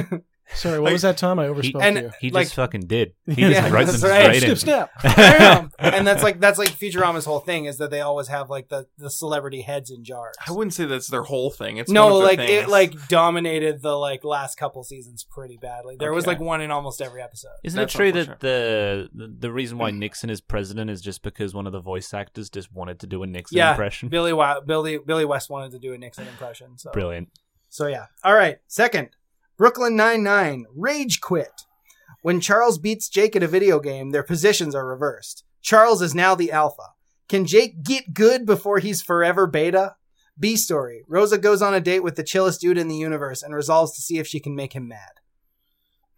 Speaker 2: idea. Sorry, what was that, Tom? I overspoke
Speaker 3: and-
Speaker 2: you.
Speaker 5: He
Speaker 3: Like-
Speaker 5: just fucking did. He
Speaker 2: Yeah,
Speaker 5: just writes
Speaker 3: that's
Speaker 5: them
Speaker 3: right.
Speaker 5: straight in.
Speaker 2: Snip, snap.
Speaker 3: Bam! and that's like that's like Futurama's whole thing is that they always have like the, the celebrity heads in jars.
Speaker 1: I wouldn't say that's their whole thing. It's one
Speaker 3: no,
Speaker 1: of their
Speaker 3: like it
Speaker 1: things.
Speaker 3: like dominated the like last couple seasons pretty badly. There was
Speaker 1: Okay.
Speaker 3: like one in almost every episode.
Speaker 5: Isn't
Speaker 1: That's
Speaker 5: it true that the the the reason why Nixon is president is just because one of the voice actors just wanted to do a Nixon
Speaker 3: Yeah.
Speaker 5: impression?
Speaker 3: Billy Wa- Billy Billy West wanted to do a Nixon impression. So
Speaker 5: Brilliant.
Speaker 3: so yeah. All right. Second, Brooklyn Nine Nine Rage Quit. When Charles beats Jake at a video game, their positions are reversed. Charles is now the alpha. Can Jake get good before he's forever beta? B story. Rosa goes on a date with the chillest dude in the universe and resolves to see if she can make him mad.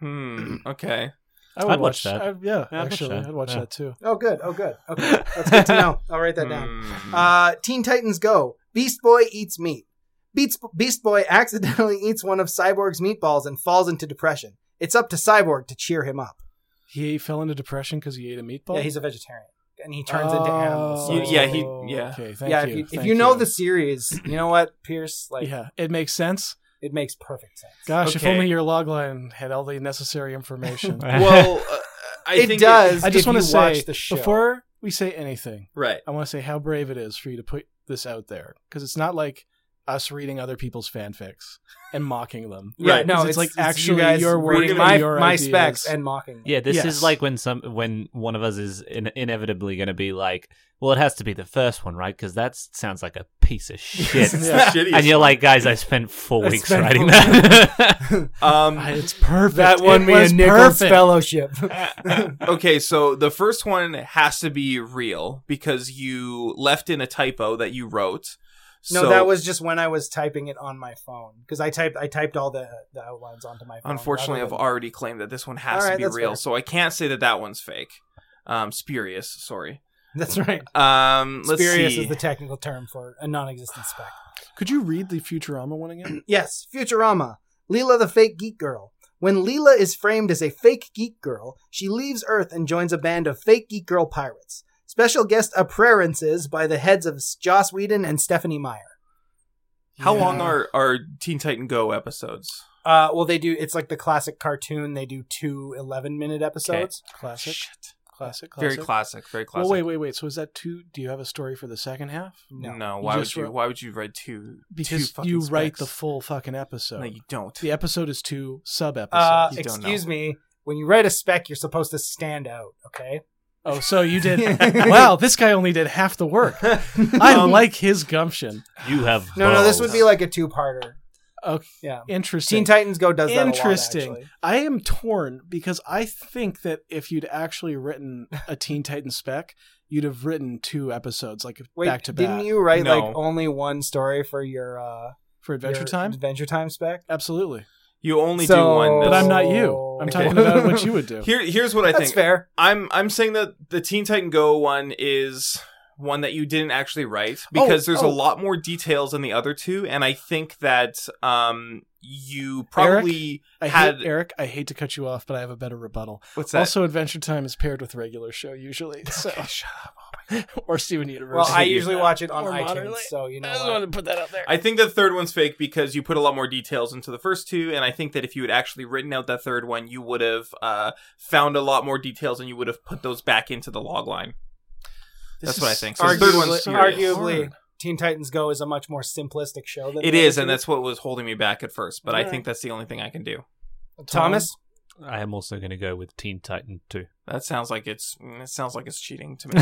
Speaker 1: Hmm. Okay.
Speaker 2: I
Speaker 5: I'd watch that.
Speaker 2: I- yeah,
Speaker 5: Yeah, I'd watch
Speaker 2: actually,
Speaker 5: that.
Speaker 2: I'd watch
Speaker 5: Yeah.
Speaker 2: that too.
Speaker 3: Oh, good. Oh, good. Okay. That's good to know. I'll write that down.
Speaker 1: Hmm.
Speaker 3: Uh, Teen Titans Go. Beast Boy eats meat. Beats, Beast Boy accidentally eats one of Cyborg's meatballs and falls into depression. It's up to Cyborg to cheer him up.
Speaker 2: He fell into depression because he ate a meatball.
Speaker 3: Yeah, he's a vegetarian, and he turns into animals.
Speaker 1: You-
Speaker 3: So-
Speaker 1: yeah, he- yeah.
Speaker 2: Okay, Oh. thank
Speaker 3: yeah.
Speaker 2: you.
Speaker 3: If you, if
Speaker 2: thank
Speaker 3: you know the series, you know what Pierce like.
Speaker 2: yeah, it makes sense.
Speaker 3: It makes perfect sense.
Speaker 2: Gosh, if
Speaker 1: Okay.
Speaker 2: only your logline had all the necessary information.
Speaker 1: well, uh, I
Speaker 3: it
Speaker 1: think
Speaker 3: does.
Speaker 2: I just
Speaker 3: want to
Speaker 2: say
Speaker 3: the show.
Speaker 2: before we say anything,
Speaker 1: right.
Speaker 2: I want to say how brave it is for you to put this out there because it's not like us reading other people's fanfics and mocking them.
Speaker 3: Yeah,
Speaker 1: Right.
Speaker 3: no,
Speaker 2: It's
Speaker 3: it's,
Speaker 2: like
Speaker 3: it's
Speaker 2: actually
Speaker 3: you guys
Speaker 2: your word
Speaker 3: reading
Speaker 1: and
Speaker 3: my
Speaker 2: your
Speaker 3: my
Speaker 2: ideas.
Speaker 3: specs and mocking. them.
Speaker 5: Yeah, this
Speaker 2: Yes.
Speaker 5: is like when some when one of us is in, inevitably going to be like, well, it has to be the first one, right? Because that sounds like a piece of shit.
Speaker 1: It's the
Speaker 2: Yeah.
Speaker 1: shittiest
Speaker 5: and you're
Speaker 1: one.
Speaker 5: like, guys, I spent four
Speaker 3: I
Speaker 5: weeks
Speaker 3: spent
Speaker 5: writing
Speaker 3: four
Speaker 5: that.
Speaker 1: um,
Speaker 2: Ah, It's perfect.
Speaker 3: That won
Speaker 2: It
Speaker 3: me a
Speaker 2: was
Speaker 3: Nichols
Speaker 2: perfect.
Speaker 3: Fellowship.
Speaker 1: okay, so the first one has to be real because you left in a typo that you wrote.
Speaker 3: No,
Speaker 1: So-
Speaker 3: that was just when I was typing it on my phone because I typed I typed all the the outlines onto my phone.
Speaker 1: Unfortunately, I've
Speaker 3: rather
Speaker 1: already claimed that this one has
Speaker 3: All
Speaker 1: to
Speaker 3: right,
Speaker 1: be
Speaker 3: that's
Speaker 1: real,
Speaker 3: fair.
Speaker 1: so I can't say that that one's fake. Um, spurious. Sorry.
Speaker 3: than- That's right.
Speaker 1: Um, let's
Speaker 3: Spurious
Speaker 1: see.
Speaker 3: is the technical term for a non-existent spec.
Speaker 2: Could you read the Futurama one again?
Speaker 3: Yes, Futurama. Leela the fake geek girl. When Leela is framed as a fake geek girl, she leaves Earth and joins a band of fake geek girl pirates. Special guest appearances by the heads of Joss Whedon and Stephanie Meyer.
Speaker 1: How
Speaker 2: Yeah.
Speaker 1: long are are Teen Titan Go episodes?
Speaker 3: Uh, well, they do. It's like the classic cartoon. They do two 11 minute episodes.
Speaker 2: Classic. Classic. Classic.
Speaker 1: Very classic. Very classic.
Speaker 2: Well, wait, wait, wait. So is that two? Do you have a story for the second half?
Speaker 1: No,
Speaker 3: No.
Speaker 1: why
Speaker 2: You
Speaker 1: would
Speaker 2: just
Speaker 1: you?
Speaker 2: wrote-
Speaker 1: Why would you write two?
Speaker 2: Because
Speaker 1: two fucking
Speaker 2: you write the
Speaker 1: specs?
Speaker 2: full fucking episode.
Speaker 1: No, you don't.
Speaker 2: the episode is two sub
Speaker 3: Uh,
Speaker 2: episodes.
Speaker 1: You don't
Speaker 3: excuse
Speaker 1: know.
Speaker 3: me. When you write a spec, you're supposed to stand out. Okay.
Speaker 2: oh, so you did. wow, this guy only did half the work. I
Speaker 1: Um,
Speaker 2: like his gumption.
Speaker 5: you have
Speaker 3: No, no, this
Speaker 5: balls.
Speaker 3: would be like a two-parter.
Speaker 2: Okay.
Speaker 3: Yeah. Teen
Speaker 2: Interesting.
Speaker 3: Titans Go does that
Speaker 2: Interesting.
Speaker 3: a lot. Interesting.
Speaker 2: I am torn because I think that if you'd actually written a Teen Titan spec, you'd have written two episodes like
Speaker 3: Wait,
Speaker 2: back to
Speaker 3: didn't
Speaker 2: back
Speaker 3: you write
Speaker 1: No.
Speaker 3: like only one story for your uh
Speaker 2: for Adventure
Speaker 3: your
Speaker 2: Time.
Speaker 3: Adventure Time spec?
Speaker 2: Absolutely,
Speaker 1: You only do
Speaker 3: So-
Speaker 1: one.
Speaker 2: but
Speaker 1: that's-
Speaker 2: I'm not you.
Speaker 1: Oh.
Speaker 2: I'm talking about what you would do.
Speaker 1: Here, here's what I
Speaker 3: That's
Speaker 1: think.
Speaker 3: fair.
Speaker 1: I'm I'm saying that the Teen Titan Go one is one that you didn't actually write because there's
Speaker 2: oh.
Speaker 1: a lot more details in the other two, and I think that um you probably
Speaker 2: I
Speaker 1: had
Speaker 2: hate, Eric. I hate to cut you off, but I have a better rebuttal.
Speaker 1: what's that?
Speaker 2: Also, Adventure Time is paired with regular show usually. So shut up. or Steven
Speaker 3: Well,
Speaker 2: Universe.
Speaker 3: I
Speaker 1: you.
Speaker 3: usually watch it on
Speaker 2: Or
Speaker 3: iTunes,
Speaker 2: moderately.
Speaker 3: so you know.
Speaker 2: I just
Speaker 3: what?
Speaker 2: wanted to put that out there.
Speaker 1: I think the third one's fake because you put a lot more details into the first two, and I think that if you had actually written out that third one, you would have uh, found a lot more details, and you would have put those back into the log line. That's what I think. So the third one's
Speaker 3: Arguably,
Speaker 1: serious.
Speaker 3: arguably Teen Titans Go is a much more simplistic show than
Speaker 1: It
Speaker 3: the
Speaker 1: is,
Speaker 3: other
Speaker 1: and
Speaker 3: two.
Speaker 1: that's what was holding me back at first. But I think that's the only thing I can do.
Speaker 3: Thomas.
Speaker 5: I am also going to go with Teen Titan too.
Speaker 1: That sounds like it's. mm, It sounds like it's cheating to me.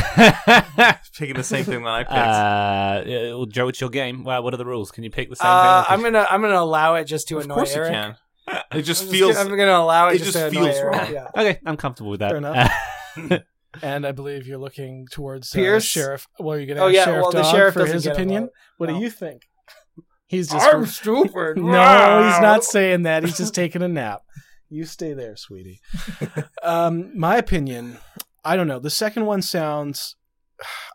Speaker 1: Picking the same thing that I picked.
Speaker 5: Uh, yeah, well, Joe, it's your game. Wow, what are the rules? Can you pick the same
Speaker 3: Uh,
Speaker 5: thing?
Speaker 3: I'm gonna I'm gonna allow it just to
Speaker 1: of
Speaker 3: annoy
Speaker 1: course
Speaker 3: Eric.
Speaker 1: you can. It just
Speaker 3: I'm
Speaker 1: feels.
Speaker 3: Gonna, I'm gonna allow it,
Speaker 1: it
Speaker 3: just,
Speaker 1: just
Speaker 3: to annoy
Speaker 1: feels
Speaker 3: Eric.
Speaker 1: wrong.
Speaker 3: Yeah.
Speaker 5: Okay, I'm comfortable with that.
Speaker 2: Fair enough. and I believe you're looking towards uh,
Speaker 3: Pierce?
Speaker 2: sheriff. Well, you're gonna
Speaker 3: Oh,
Speaker 2: ask
Speaker 3: yeah,
Speaker 2: sheriff
Speaker 3: well, the
Speaker 2: Dog
Speaker 3: sheriff
Speaker 2: for
Speaker 3: doesn't
Speaker 2: his
Speaker 3: get him
Speaker 2: opinion.
Speaker 3: on it.
Speaker 2: What
Speaker 3: No.
Speaker 2: do you think? He's just
Speaker 3: I'm stupid.
Speaker 2: no, he's not saying that. He's just taking a nap. You stay there, sweetie. um, my opinion, I don't know. The second one sounds.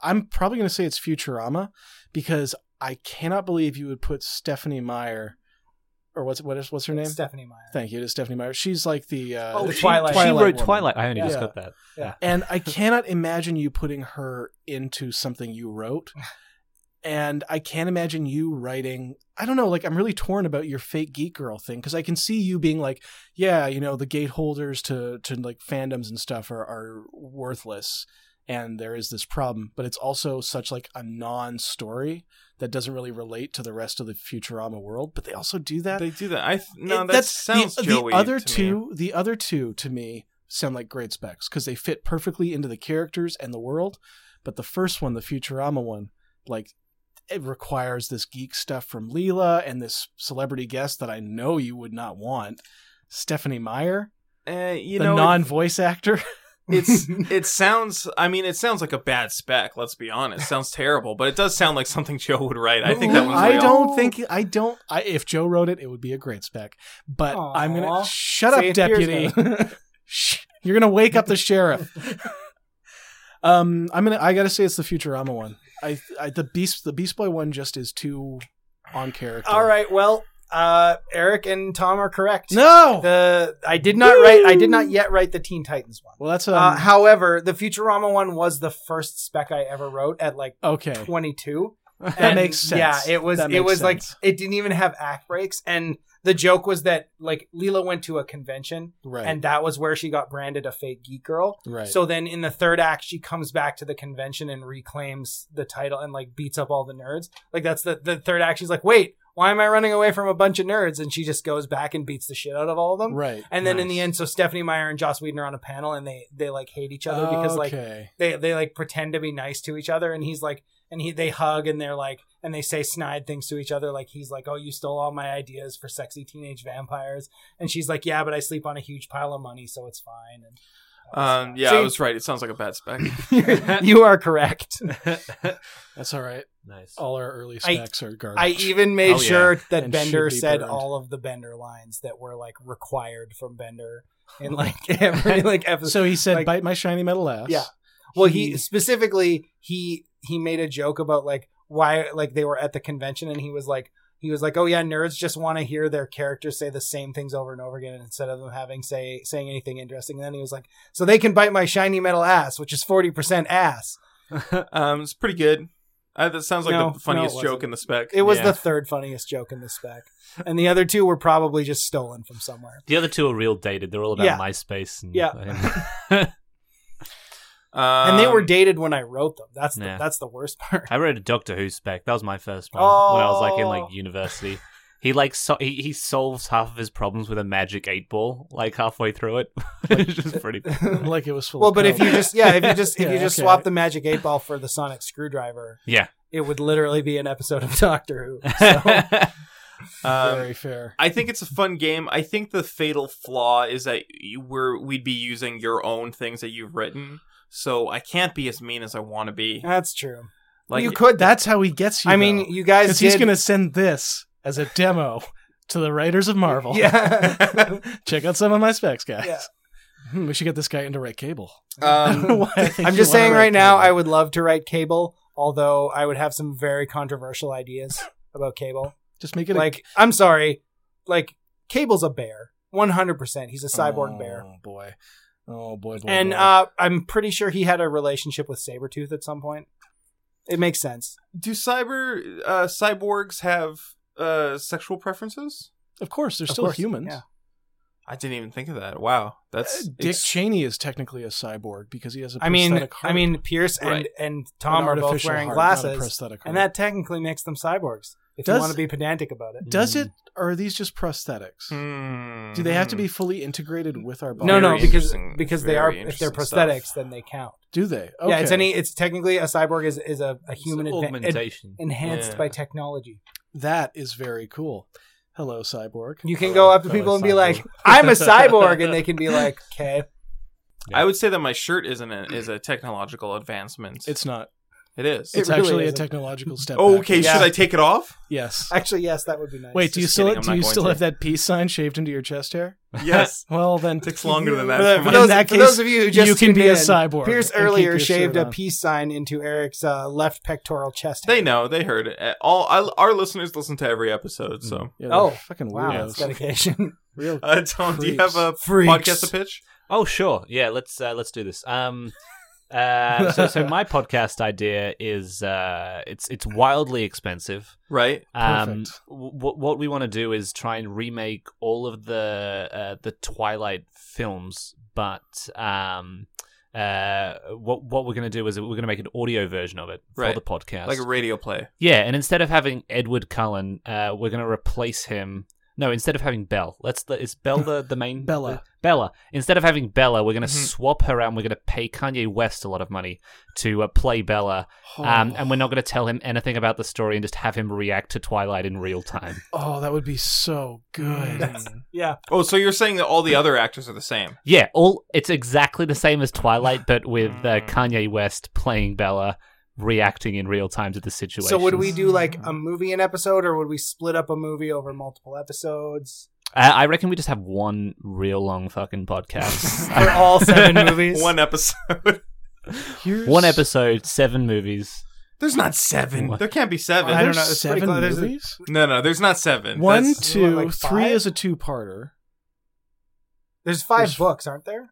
Speaker 2: I'm probably going to say it's Futurama because I cannot believe you would put Stephanie Meyer, or what's what is what's her name?
Speaker 3: Stephanie Meyer.
Speaker 2: Thank you. It is Stephanie Meyer. She's like the uh,
Speaker 3: Oh,
Speaker 5: she,
Speaker 3: Twilight.
Speaker 5: she
Speaker 2: Twilight
Speaker 5: wrote
Speaker 2: woman.
Speaker 5: Twilight. I only
Speaker 2: Yeah.
Speaker 5: just got that.
Speaker 2: and I cannot imagine you putting her into something you wrote. And I can't imagine you writing. I don't know. Like I'm really torn about your fake geek girl thing because I can see you being like, yeah, you know, the gateholders to to like fandoms and stuff are are worthless, and there is this problem. But it's also such like a non-story that doesn't really relate to the rest of the Futurama world. But they also do that.
Speaker 1: They do that. I th- no,
Speaker 2: It-
Speaker 1: that sounds
Speaker 2: the,
Speaker 1: Joey
Speaker 2: the other
Speaker 1: to me.
Speaker 2: two. The other two to me sound like great specs because they fit perfectly into the characters and the world. But the first one, the Futurama one, like it requires this geek stuff from Leela and this celebrity guest that I know you would not want. Stephanie Meyer,
Speaker 1: Eh, you
Speaker 2: the
Speaker 1: know, it-
Speaker 2: non-voice actor.
Speaker 1: it's it sounds. I mean, it sounds like a bad spec. Let's be honest. Sounds terrible, but it does sound like something Joe would write. I think that one's
Speaker 2: I
Speaker 1: real.
Speaker 2: don't think I don't. I, if Joe wrote it, it would be a great spec. But I'm
Speaker 3: Aw.
Speaker 2: gonna shut
Speaker 3: See,
Speaker 2: up,
Speaker 3: it appears
Speaker 2: deputy. Shh. You're gonna wake up the sheriff. um, I'm gonna. I gotta say it's the Futurama one. I, I the Beast the Beast Boy one just is too on character.
Speaker 3: All right. Well, uh, Eric and Tom are correct.
Speaker 2: No.
Speaker 3: The I did not write. I did not yet write the Teen Titans one.
Speaker 2: well, that's um,
Speaker 3: uh, however, the Futurama one was the first spec I ever wrote at like
Speaker 2: okay.
Speaker 3: 22. That
Speaker 2: makes sense.
Speaker 3: Yeah, it was.
Speaker 2: That
Speaker 3: It
Speaker 2: makes
Speaker 3: was like
Speaker 2: sense.
Speaker 3: it didn't even have act breaks, and the joke was that like Leela went to a convention,
Speaker 2: Right.
Speaker 3: and that was where she got branded a fake geek girl.
Speaker 2: right.
Speaker 3: So then in the third act, she comes back to the convention and reclaims the title and like beats up all the nerds. Like that's the, the third act. She's like, wait, why am I running away from a bunch of nerds? And she just goes back and beats the shit out of all of them.
Speaker 2: right.
Speaker 3: And then in the end, so Stephanie Meyer and Joss Whedon are on a panel and they, they like hate each other because like
Speaker 2: okay.
Speaker 3: they, they like pretend to be nice to each other. And he's like, and he, they hug and they're like, and they say snide things to each other. Like he's like, oh, you stole all my ideas for sexy teenage vampires. And she's like, yeah, but I sleep on a huge pile of money, so it's fine. And
Speaker 1: Um, yeah,
Speaker 3: See,
Speaker 1: I was right. It sounds like a bad spec.
Speaker 3: you are correct.
Speaker 2: that's all right.
Speaker 5: Nice.
Speaker 3: Oh.
Speaker 2: All our early
Speaker 3: I-
Speaker 2: specs are garbage.
Speaker 3: I even made
Speaker 5: Oh, yeah.
Speaker 3: sure that
Speaker 2: And
Speaker 3: Bender
Speaker 2: should be
Speaker 3: said
Speaker 2: burned.
Speaker 3: all of the Bender lines that were like required from Bender in like every like episode.
Speaker 2: so he said,
Speaker 3: like-
Speaker 2: "Bite my shiny metal ass."
Speaker 3: Yeah. well, he,
Speaker 2: he-
Speaker 3: specifically he he made a joke about like why like they were at the convention and he was like he was like, "Oh yeah, nerds just want to hear their characters say the same things over and over again instead of them having say saying anything interesting." And then he was like, "So they can bite my shiny metal ass, which is 40% ass."
Speaker 1: Um, it's pretty good. Uh, that sounds like
Speaker 3: No, no,
Speaker 1: the
Speaker 3: it
Speaker 1: funniest
Speaker 3: wasn't.
Speaker 1: joke in the spec.
Speaker 3: It was
Speaker 5: Yeah.
Speaker 3: the third funniest joke in the spec. And the other two were probably just stolen from somewhere.
Speaker 5: The other two are real dated. They're all about
Speaker 3: Yeah.
Speaker 5: MySpace. And,
Speaker 3: Yeah.
Speaker 1: Um,
Speaker 3: and they were dated when I wrote them. That's the,
Speaker 5: Yeah.
Speaker 3: that's the worst part.
Speaker 5: I read a Doctor Who spec. That was my first one when I was like in
Speaker 3: Oh.
Speaker 5: like university. He like so- he, he solves half of his problems with a magic eight ball like halfway through it, which is pretty.
Speaker 2: like it was full.
Speaker 3: well,
Speaker 2: of
Speaker 3: but if
Speaker 2: coke.
Speaker 3: you just yeah, if you just if
Speaker 2: Yeah,
Speaker 3: you just
Speaker 2: okay.
Speaker 3: swap the magic eight ball for the sonic screwdriver,
Speaker 5: Yeah.
Speaker 3: it would literally be an episode of Doctor Who.
Speaker 1: Um,
Speaker 2: very fair.
Speaker 1: I think it's a fun game. I think the fatal flaw is that you we're we'd be using your own things that you've written, so I can't be as mean as I want to be.
Speaker 2: Uh,
Speaker 3: That's true.
Speaker 1: Like
Speaker 3: you could.
Speaker 2: That's how he gets you.
Speaker 3: I mean, you guys
Speaker 2: because he's
Speaker 3: did-
Speaker 2: going to send this as a demo to the writers of Marvel.
Speaker 3: Yeah.
Speaker 2: Check out some of my specs, guys.
Speaker 3: Yeah.
Speaker 2: Hmm, we should get this guy into Red Cable. I don't know
Speaker 1: um,
Speaker 2: why I think
Speaker 3: I'm
Speaker 2: you
Speaker 3: just
Speaker 2: wanna
Speaker 3: saying
Speaker 2: write
Speaker 3: right now, I
Speaker 2: Cable.
Speaker 3: would love to write Cable, although I would have some very controversial ideas about Cable.
Speaker 2: just make it
Speaker 3: like, I'm sorry, like Cable's a bear, 100. percent He's a
Speaker 2: a
Speaker 3: cyborg bear.
Speaker 2: Oh boy. Oh boy. boy
Speaker 3: and
Speaker 2: boy.
Speaker 3: uh, I'm pretty sure he had a relationship with Sabretooth at some point. It makes sense.
Speaker 1: do cyber uh, cyborgs have uh, sexual preferences?
Speaker 2: of course, they're
Speaker 3: of
Speaker 2: still
Speaker 3: course,
Speaker 2: humans.
Speaker 3: yeah.
Speaker 1: I didn't even think of that. Wow, that's
Speaker 2: Uh, Dick
Speaker 1: ex-
Speaker 2: Cheney is technically a cyborg because he has a.
Speaker 3: I mean,
Speaker 2: prosthetic
Speaker 3: I
Speaker 2: heart,
Speaker 3: mean, Pierce and,
Speaker 1: Right.
Speaker 3: and
Speaker 2: an
Speaker 3: Tom are both
Speaker 2: artificial
Speaker 3: wearing
Speaker 2: heart, not a
Speaker 3: glasses,
Speaker 2: prosthetic
Speaker 3: and
Speaker 2: heart.
Speaker 3: that technically makes them cyborgs. If you
Speaker 2: Does-
Speaker 3: want to be pedantic about it,
Speaker 2: does it. Or are these just prosthetics?
Speaker 1: Hmm.
Speaker 2: Do they have to be fully integrated with our body?
Speaker 3: no, no,
Speaker 1: Very
Speaker 3: because
Speaker 1: interesting-
Speaker 3: because they
Speaker 1: very
Speaker 3: are if they're
Speaker 1: interesting stuff.
Speaker 3: prosthetics, then they count.
Speaker 2: Do they? Okay.
Speaker 3: Yeah, it's any it's technically a cyborg is is a, a human adva- ad-
Speaker 5: augmentation.
Speaker 3: enhanced
Speaker 1: Yeah.
Speaker 3: by technology.
Speaker 2: That is very cool. Hello, cyborg.
Speaker 1: Oh,
Speaker 3: You can go up to
Speaker 5: Fellow
Speaker 3: people and be
Speaker 5: cyborg.
Speaker 3: like, "I'm a cyborg," and they can be like, "Okay."
Speaker 5: Yeah.
Speaker 1: I would say that my shirt isn't a, is a technological advancement.
Speaker 2: It's not.
Speaker 1: it is. Oh,
Speaker 2: It's
Speaker 3: really
Speaker 2: actually
Speaker 3: isn't.
Speaker 2: a technological step. back.
Speaker 1: okay,
Speaker 3: Yeah.
Speaker 1: should I take it off?
Speaker 2: Yes.
Speaker 3: Actually, yes, that would be nice.
Speaker 2: Wait, do you
Speaker 1: just
Speaker 2: still
Speaker 1: kidding, I'm
Speaker 2: do
Speaker 1: not
Speaker 2: you
Speaker 1: going
Speaker 2: still
Speaker 1: to.
Speaker 2: have that peace sign shaved into your chest hair?
Speaker 1: Yes.
Speaker 2: Well, then
Speaker 1: it takes longer than that.
Speaker 2: For the-
Speaker 1: for
Speaker 2: for
Speaker 1: my-
Speaker 2: the-
Speaker 3: those,
Speaker 2: that
Speaker 3: for those
Speaker 2: case,
Speaker 3: of you who just
Speaker 2: you can
Speaker 3: tuned
Speaker 2: be a
Speaker 3: in,
Speaker 2: cyborg
Speaker 3: Pierce
Speaker 2: and keep
Speaker 3: earlier
Speaker 2: your
Speaker 3: shaved
Speaker 2: shirt
Speaker 3: a
Speaker 2: on.
Speaker 3: peace sign into Eric's uh, left pectoral chest. hair.
Speaker 1: They know. They heard it. All I, our listeners listen to every episode. So,
Speaker 2: Yeah,
Speaker 3: Oh,
Speaker 2: they're fucking
Speaker 3: Wow,
Speaker 2: weirdos.
Speaker 3: that's dedication.
Speaker 2: Real
Speaker 1: uh, Tom, do you
Speaker 2: Freaks.
Speaker 1: have a
Speaker 3: Freaks.
Speaker 1: podcast to pitch?
Speaker 5: Oh sure, yeah. Let's uh, let's do this. Um, uh, so so my podcast idea is uh, it's it's wildly expensive.
Speaker 1: Right.
Speaker 5: Um,
Speaker 2: Perfect.
Speaker 5: w- w- what we want to do is try and remake all of the uh, the Twilight films, but um, uh, what what we're going to do is we're going to make an audio version of it for
Speaker 1: Right.
Speaker 5: the podcast,
Speaker 1: Like a radio play.
Speaker 5: yeah. And instead of having Edward Cullen, uh, we're going to replace him. No, instead of having Belle, let's is Belle the, the main
Speaker 2: Bella.
Speaker 5: Bella. Instead of having Bella, we're going to
Speaker 1: Mhm.
Speaker 5: swap her out. and We're going to pay Kanye West a lot of money to uh, play Bella,
Speaker 3: Oh.
Speaker 5: um, and we're not going to tell him anything about the story and just have him react to Twilight in real time.
Speaker 2: Oh, that would be so
Speaker 3: Hmm.
Speaker 2: good.
Speaker 3: yeah,
Speaker 1: Oh, so you're saying that all the other actors are the same?
Speaker 5: yeah, all it's exactly the same as Twilight, but with uh,
Speaker 3: Hmm.
Speaker 1: Mm.
Speaker 5: Kanye West playing Bella, reacting in real time to the situation.
Speaker 3: So would we do like a movie an episode, or would we split up a movie over multiple episodes
Speaker 5: Uh, I reckon we just have one real long fucking podcast.
Speaker 3: for all seven movies?
Speaker 1: One episode.
Speaker 2: Here's-
Speaker 5: one episode, seven movies.
Speaker 1: There's not seven.
Speaker 5: What?
Speaker 1: There can't be
Speaker 2: Are
Speaker 1: seven.
Speaker 3: I
Speaker 2: there
Speaker 3: don't know, it's pretty
Speaker 2: Seven
Speaker 3: close. There's a-
Speaker 2: movies.
Speaker 1: no, no, there's not seven.
Speaker 2: One,
Speaker 1: That's-
Speaker 2: two,
Speaker 3: What, like
Speaker 2: three
Speaker 3: five?
Speaker 2: is a two-parter.
Speaker 3: There's five
Speaker 2: There's-
Speaker 3: books, aren't there?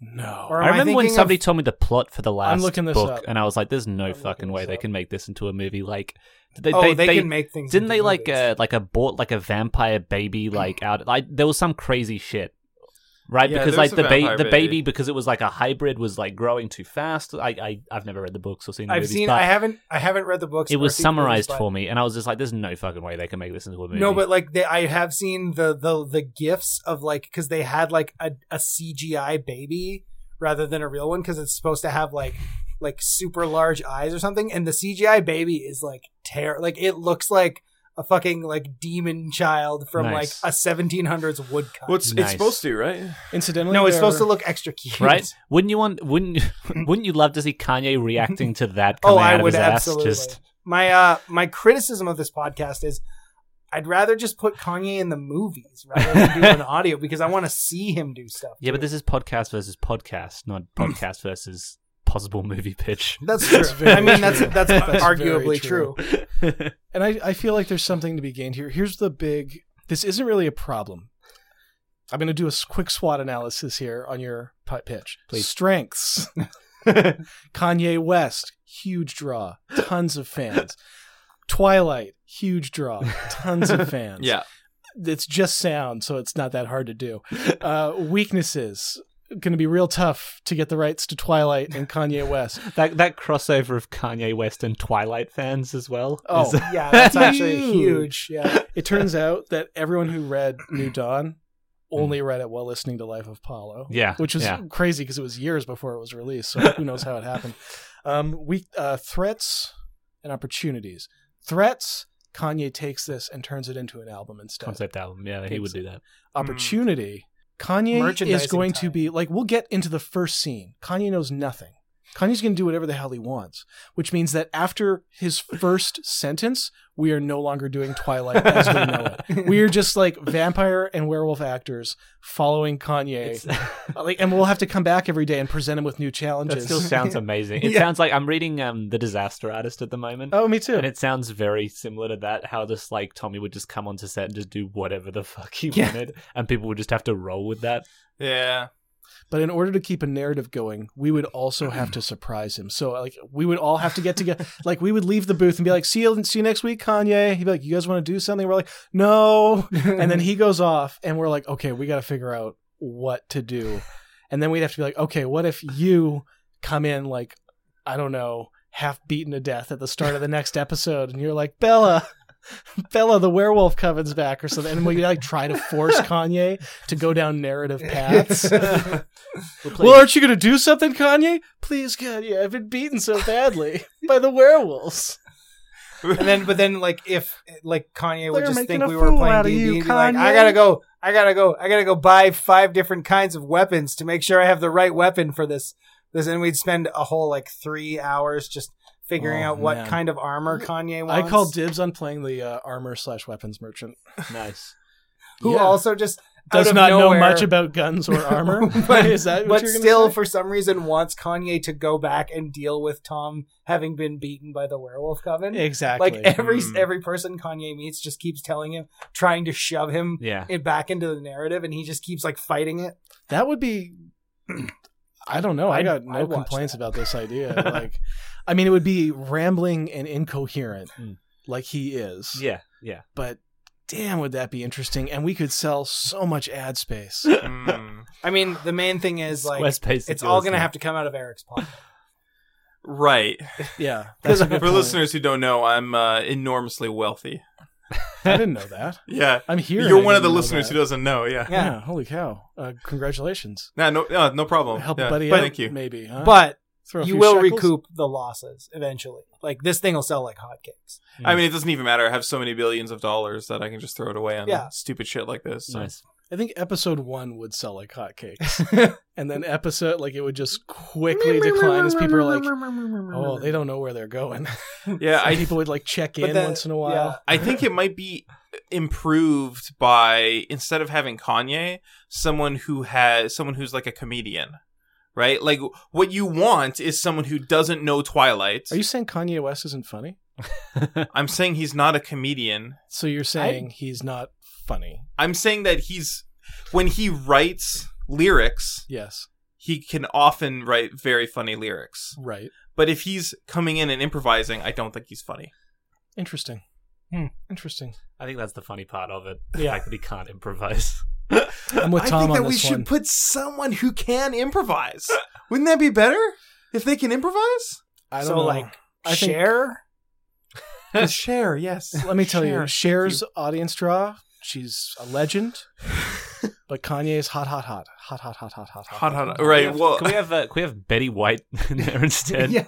Speaker 2: No.
Speaker 3: Or- am
Speaker 5: I
Speaker 3: I
Speaker 5: remember when
Speaker 3: thinking
Speaker 5: somebody
Speaker 3: of-
Speaker 5: told me the plot for the last
Speaker 2: looking this
Speaker 5: book,
Speaker 2: up.
Speaker 5: and I was like, "There's no
Speaker 3: I'm
Speaker 5: fucking
Speaker 3: looking
Speaker 5: way
Speaker 3: this
Speaker 5: they
Speaker 3: up.
Speaker 5: can make this into a movie." Like, they,
Speaker 3: oh,
Speaker 5: they,
Speaker 3: they,
Speaker 5: they-
Speaker 3: can make things.
Speaker 5: didn't
Speaker 3: into
Speaker 5: they like
Speaker 3: movies.
Speaker 5: uh, like abort like a vampire baby like out? Like there was some crazy shit, right?
Speaker 1: Yeah,
Speaker 5: because
Speaker 1: there
Speaker 5: like
Speaker 1: was a
Speaker 5: the ba-
Speaker 1: vampire
Speaker 5: the
Speaker 1: baby.
Speaker 5: baby because it was like a hybrid was like growing too fast. I, I I've never read the books or seen the
Speaker 3: I've
Speaker 5: movies,
Speaker 3: seen.
Speaker 5: but
Speaker 3: I haven't. I haven't read the books.
Speaker 5: it
Speaker 3: or
Speaker 5: was
Speaker 3: seen the movies,
Speaker 5: summarized
Speaker 3: but-
Speaker 5: for me, and I was just like, "There's no fucking way they can make this into a movie."
Speaker 3: No, but like they, I have seen the the the gifts of like because they had like a, a CGI baby rather than a real one because it's supposed to have like like super large eyes or something, and the CGI baby is like tear like it looks like a fucking like demon child from
Speaker 5: Nice.
Speaker 3: like a 1700s woodcut.
Speaker 1: Well, it's,
Speaker 5: Nice.
Speaker 1: it's supposed to, right?
Speaker 2: Incidentally,
Speaker 3: no, it's
Speaker 2: there
Speaker 3: supposed to
Speaker 2: are-
Speaker 3: look extra cute,
Speaker 5: Right? Wouldn't you want? Wouldn't Wouldn't you love to see Kanye reacting to that?
Speaker 3: Oh,
Speaker 5: Coming out
Speaker 3: I
Speaker 5: of
Speaker 3: would
Speaker 5: his
Speaker 3: absolutely.
Speaker 5: Ass, just
Speaker 3: My uh my criticism of this podcast is I'd rather just put Kanye in the movies rather than do an audio because I want to see him do stuff.
Speaker 5: yeah, but
Speaker 3: too.
Speaker 5: this is podcast versus podcast, not podcast versus possible movie pitch.
Speaker 3: That's true.
Speaker 2: very
Speaker 3: I mean, that's
Speaker 2: true.
Speaker 3: that's,
Speaker 2: That's very
Speaker 3: arguably
Speaker 2: true.
Speaker 3: true.
Speaker 2: And I, I feel like there's something to be gained here. Here's the big. This isn't really a problem. I'm going to do a s- quick SWOT analysis here on your pi- pitch.
Speaker 5: Please.
Speaker 2: Strengths. Kanye West, huge draw, tons of fans. Twilight, huge draw, tons of fans.
Speaker 1: Yeah.
Speaker 2: it's just sound, so it's not that hard to do. Uh, weaknesses going to be real tough to get the rights to Twilight and Kanye West.
Speaker 5: that that crossover of Kanye West and Twilight fans as well.
Speaker 2: Oh.
Speaker 5: Is-
Speaker 3: Yeah, that's actually huge. Yeah,
Speaker 2: It turns out that everyone who read New
Speaker 5: Mm.
Speaker 2: Dawn only read it while listening to Life of Paulo.
Speaker 5: yeah,
Speaker 2: which was
Speaker 5: yeah.
Speaker 2: crazy because it was years before it was released. So who knows how it happened? Um, we uh, threats and opportunities. Threats. Kanye takes this and turns it into an album instead.
Speaker 5: concept album. Yeah, he would do that.
Speaker 2: Opportunity. Kanye is
Speaker 3: Merchandising
Speaker 2: going to
Speaker 3: time.
Speaker 2: be like we'll get into the first scene. Kanye knows nothing. Kanye's going to do whatever the hell he wants, which means that after his first sentence, we are no longer doing Twilight as we know it. We are just like vampire and werewolf actors following Kanye.
Speaker 5: It's-
Speaker 2: Uh, like, and we'll have to come back every day and present him with new
Speaker 5: that
Speaker 2: challenges.
Speaker 5: still sounds amazing. It
Speaker 3: Yeah.
Speaker 5: sounds like I'm reading um, the Disaster Artist at the moment.
Speaker 2: oh, me too.
Speaker 5: And it sounds very similar to that, how just like Tommy would just come onto set and just do whatever the fuck he
Speaker 3: Yeah.
Speaker 5: wanted, and people would just have to roll with that.
Speaker 1: Yeah.
Speaker 2: but in order to keep a narrative going, we would also have to surprise him. So like we would all have to get together. like we would leave the booth and be like, "See you, see you next week, Kanye." He'd be like, "You guys want to do something?" We're like, "No." and then he goes off, and we're like, "Okay, we got to figure out what to do." And then we'd have to be like, "Okay, what if you come in like I don't know, half beaten to death at the start of the next episode, and you're like, Bella." Bella, the werewolf coven's back, or something, and we like try to force Kanye to go down narrative paths.
Speaker 5: We'll play-
Speaker 2: Well, aren't you going to do something, Kanye? Please, Kanye, I've been beaten so badly by the werewolves.
Speaker 3: and then but then like if like Kanye would
Speaker 2: They're
Speaker 3: just
Speaker 2: making
Speaker 3: think
Speaker 2: a
Speaker 3: we were
Speaker 2: fool
Speaker 3: playing
Speaker 2: out of
Speaker 3: D&D,
Speaker 2: you,
Speaker 3: and be like,
Speaker 2: Kanye.
Speaker 3: I gotta go. I gotta go. I gotta go buy five different kinds of weapons to make sure I have the right weapon for this. This, and we'd spend a whole like three hours just figuring
Speaker 5: Oh,
Speaker 3: out what
Speaker 5: man.
Speaker 3: kind of armor Kanye
Speaker 2: I
Speaker 3: wants.
Speaker 2: call dibs on playing the uh, armor slash weapons merchant.
Speaker 5: Nice.
Speaker 3: who
Speaker 2: Yeah.
Speaker 3: also just out
Speaker 2: does
Speaker 3: of
Speaker 2: not
Speaker 3: nowhere,
Speaker 2: know much about guns or armor.
Speaker 3: But-
Speaker 2: Is that what
Speaker 3: but
Speaker 2: you're gonna
Speaker 3: still
Speaker 2: say?
Speaker 3: for some reason wants Kanye to go back and deal with Tom having been beaten by the werewolf coven.
Speaker 2: exactly
Speaker 3: Like eh. every
Speaker 1: Hmm.
Speaker 3: every person Kanye meets just keeps telling him, trying to shove him
Speaker 5: Yeah.
Speaker 3: it back into the narrative, and he just keeps like fighting it.
Speaker 2: that would be. I don't know. I
Speaker 3: I'd-
Speaker 2: got no
Speaker 3: I'd watch
Speaker 2: complaints about this idea. like, I mean, it would be rambling and incoherent,
Speaker 3: Hmm.
Speaker 5: Mm.
Speaker 2: like he is.
Speaker 5: Yeah. Yeah.
Speaker 2: But damn, would that be interesting? And we could sell so much ad space.
Speaker 1: Mm.
Speaker 3: I mean, the main thing is like
Speaker 5: Squarespace.
Speaker 3: it's all gonna have to come out of Eric's pocket.
Speaker 1: Right.
Speaker 2: yeah, that's
Speaker 1: For
Speaker 2: a good point.
Speaker 1: listeners who don't know, I'm uh, enormously wealthy.
Speaker 2: I didn't know that.
Speaker 1: Yeah.
Speaker 2: I'm here. and
Speaker 1: You're
Speaker 2: I
Speaker 1: one of the
Speaker 2: didn't know
Speaker 1: listeners
Speaker 2: that.
Speaker 1: who doesn't know. Yeah.
Speaker 3: Yeah.
Speaker 2: Yeah. Holy cow! Uh, congratulations.
Speaker 1: Nah, no, no, no problem.
Speaker 2: Help
Speaker 1: yeah.
Speaker 2: a buddy
Speaker 1: But
Speaker 2: out,
Speaker 1: Thank you.
Speaker 2: maybe. Huh?
Speaker 3: But
Speaker 2: Throw a
Speaker 3: you
Speaker 2: few
Speaker 3: will
Speaker 2: shekels?
Speaker 3: recoup the losses eventually. Like this thing will sell like hotcakes.
Speaker 1: I mean, it doesn't even matter. I have so many billions of dollars that I can just throw it away on
Speaker 3: Yeah.
Speaker 1: stupid shit like this. so.
Speaker 5: Nice.
Speaker 2: I think episode one would sell like hotcakes, and then episode like it would just quickly decline as people are like, "Oh, they don't know where they're going."
Speaker 1: Yeah, I
Speaker 2: And people would like check
Speaker 3: But
Speaker 2: in
Speaker 3: the-
Speaker 2: once in a while.
Speaker 1: I think it might be improved by instead of having Kanye, someone who has someone who's like a comedian, right? Like what you want is someone who doesn't know Twilight.
Speaker 2: Are you saying Kanye West isn't funny?
Speaker 1: I'm saying he's not a comedian.
Speaker 2: So you're saying he's not funny?
Speaker 1: I'm saying that he's when he writes lyrics,
Speaker 2: Yes,
Speaker 1: he can often write very funny lyrics.
Speaker 2: right.
Speaker 1: But if he's coming in and improvising, I don't think he's funny.
Speaker 2: Interesting.
Speaker 3: Hmm.
Speaker 2: Interesting.
Speaker 5: I think that's the funny part of it. The
Speaker 3: Yeah.
Speaker 5: fact that he can't improvise.
Speaker 2: I'm with
Speaker 1: I
Speaker 2: Tom
Speaker 1: think
Speaker 2: on
Speaker 1: that we
Speaker 2: this one.
Speaker 1: should put someone who can improvise. Wouldn't that be better if they can improvise?
Speaker 2: I don't
Speaker 3: so
Speaker 2: know.
Speaker 3: like
Speaker 2: I think-
Speaker 3: share.
Speaker 1: Share, yes.
Speaker 2: Let me tell you,
Speaker 1: Cher,
Speaker 2: Cher's audience draw. She's a legend, but Kanye is hot, hot, hot, hot, hot, hot, hot, hot,
Speaker 1: Hot, hot,
Speaker 5: Can we
Speaker 1: right.
Speaker 5: have-
Speaker 1: Well,
Speaker 5: can we have uh, can we have Betty White in there instead?
Speaker 3: Yeah.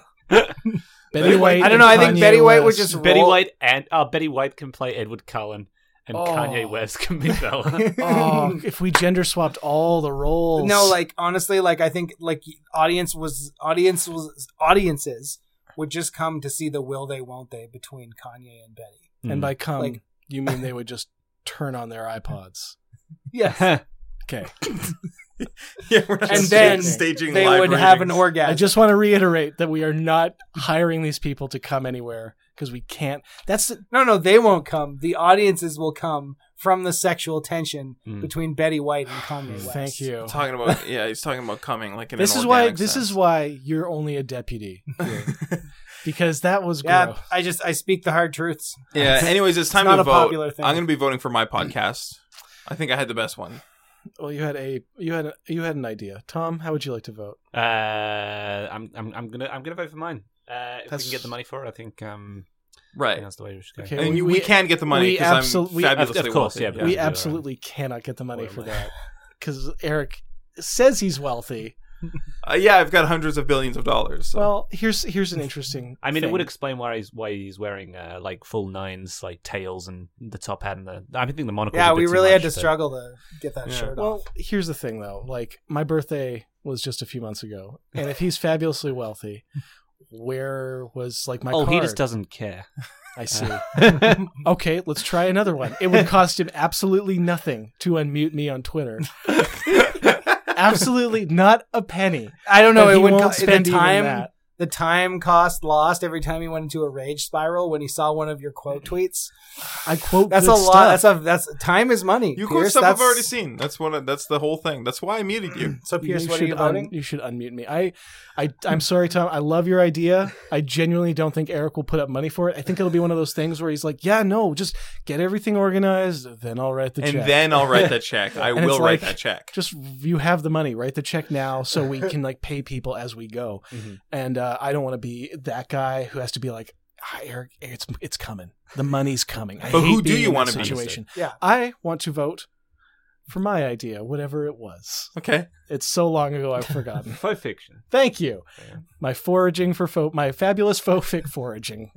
Speaker 2: Betty White.
Speaker 3: I don't know. I
Speaker 2: and
Speaker 3: think
Speaker 2: Kanye
Speaker 3: Betty White would
Speaker 2: West.
Speaker 3: just
Speaker 5: Betty
Speaker 3: roll-
Speaker 5: White and uh, Betty White can play Edward Cullen, and
Speaker 2: Oh.
Speaker 5: Kanye West can be Bella.
Speaker 2: Oh, if we gender swapped all the roles.
Speaker 3: No, like honestly, like I think like audience was audience was audiences would just come to see the will they won't they between Kanye and Betty.
Speaker 5: Hmm.
Speaker 2: and by come
Speaker 3: like-
Speaker 2: you mean they would just turn on their iPods.
Speaker 3: Yes,
Speaker 2: Okay.
Speaker 1: yeah, we're not
Speaker 3: And
Speaker 1: sta-
Speaker 3: then
Speaker 1: staging
Speaker 3: they
Speaker 1: live
Speaker 3: would have an
Speaker 1: readings.
Speaker 3: orgasm.
Speaker 2: I just want to reiterate that we are not hiring these people to come anywhere because we can't. That's the,
Speaker 3: no, no, they won't come. The audiences will come from the sexual tension
Speaker 1: Hmm.
Speaker 5: Mm.
Speaker 3: between Betty White and Kanye West.
Speaker 2: thank you.
Speaker 1: talking about yeah, he's talking about coming like in
Speaker 2: This
Speaker 1: an
Speaker 2: is why
Speaker 1: organic
Speaker 2: this
Speaker 1: sense.
Speaker 2: is why you're only a deputy here. because that was
Speaker 3: Yeah,
Speaker 2: gross.
Speaker 3: I just I speak the hard truths.
Speaker 1: yeah. Anyways, it's time
Speaker 3: not
Speaker 1: to
Speaker 3: a
Speaker 1: vote.
Speaker 3: popular thing.
Speaker 1: I'm going to be voting for my podcast. I think I had the best one.
Speaker 2: Well, you had a you had a, you had an idea, Tom. How would you like to vote?
Speaker 5: uh, I'm, I'm I'm gonna I'm gonna vote for mine. Uh, if we
Speaker 2: That's-
Speaker 5: can get the money for it, I think um, I think
Speaker 1: Right,
Speaker 5: that's the way we should go.
Speaker 2: Okay.
Speaker 1: and we,
Speaker 2: we-
Speaker 1: we,
Speaker 2: we-
Speaker 1: can get the money
Speaker 2: we
Speaker 1: because I'm
Speaker 2: absol- we- of- of
Speaker 1: fabulously
Speaker 5: course,
Speaker 1: wealthy.
Speaker 5: yeah,
Speaker 2: we
Speaker 5: you're right.
Speaker 2: absolutely cannot get the money
Speaker 5: Wait,
Speaker 2: for
Speaker 5: wait.
Speaker 2: that because Eric says he's wealthy.
Speaker 1: Uh, yeah, I've got hundreds of billions of dollars. so.
Speaker 2: Well, here's here's an interesting.
Speaker 5: I mean, it
Speaker 2: thing.
Speaker 5: would explain why he's why he's wearing uh, like full nines, like tails, and the top hat and the. I think the monocle.
Speaker 3: Yeah, we really had to struggle to get that
Speaker 1: Yeah.
Speaker 3: shirt off.
Speaker 2: Well, here's the thing though. Like my birthday was just a few months ago, and if he's fabulously wealthy, where was like my
Speaker 5: oh, he
Speaker 2: card?
Speaker 5: just doesn't care.
Speaker 2: I see. okay, let's try another one. It would cost him absolutely nothing to unmute me on Twitter. absolutely not a penny.
Speaker 3: I don't know.
Speaker 2: And
Speaker 3: It
Speaker 2: he
Speaker 3: would
Speaker 2: won't
Speaker 3: co-
Speaker 2: spend
Speaker 3: the
Speaker 2: even
Speaker 3: time
Speaker 2: that.
Speaker 3: the time cost lost every time he went into a rage spiral when he saw one of your quote tweets.
Speaker 2: I quote.
Speaker 3: That's
Speaker 2: Mm. good
Speaker 3: a lot.
Speaker 2: stuff.
Speaker 3: That's a that's time is money.
Speaker 1: you
Speaker 3: Pierce,
Speaker 1: course stuff I've
Speaker 3: that's-
Speaker 1: already seen. That's one. of- That's the whole thing. That's why I muted you.
Speaker 3: So Pierce,
Speaker 2: you
Speaker 3: what are
Speaker 2: should
Speaker 3: you
Speaker 2: un-
Speaker 3: voting?
Speaker 2: you should unmute me. I, I, I'm sorry, Tom. I love your idea. I genuinely don't think Eric will put up money for it. I think it'll be one of those things where he's like, "Yeah, no, just get everything organized, then I'll write the
Speaker 1: and
Speaker 2: check."
Speaker 1: then I'll write that check. I
Speaker 2: And it's
Speaker 1: will write
Speaker 2: like-
Speaker 1: that check.
Speaker 2: just you have the money, write the check now, so we can like pay people as we go.
Speaker 5: Mhm.
Speaker 2: And uh, I don't want to be that guy who has to be like, "Ah, "Eric, it's it's coming. The money's coming." I
Speaker 1: But
Speaker 2: hate
Speaker 1: who do
Speaker 2: being
Speaker 1: you
Speaker 2: in that
Speaker 1: wanna be instead?
Speaker 2: Situation.
Speaker 3: Yeah.
Speaker 2: I want to vote for my idea, whatever it was.
Speaker 1: Okay.
Speaker 2: It's so long ago, I've forgotten.
Speaker 5: Faux fiction.
Speaker 2: Thank you.
Speaker 5: Yeah.
Speaker 2: My foraging for fo- my fabulous fofic foraging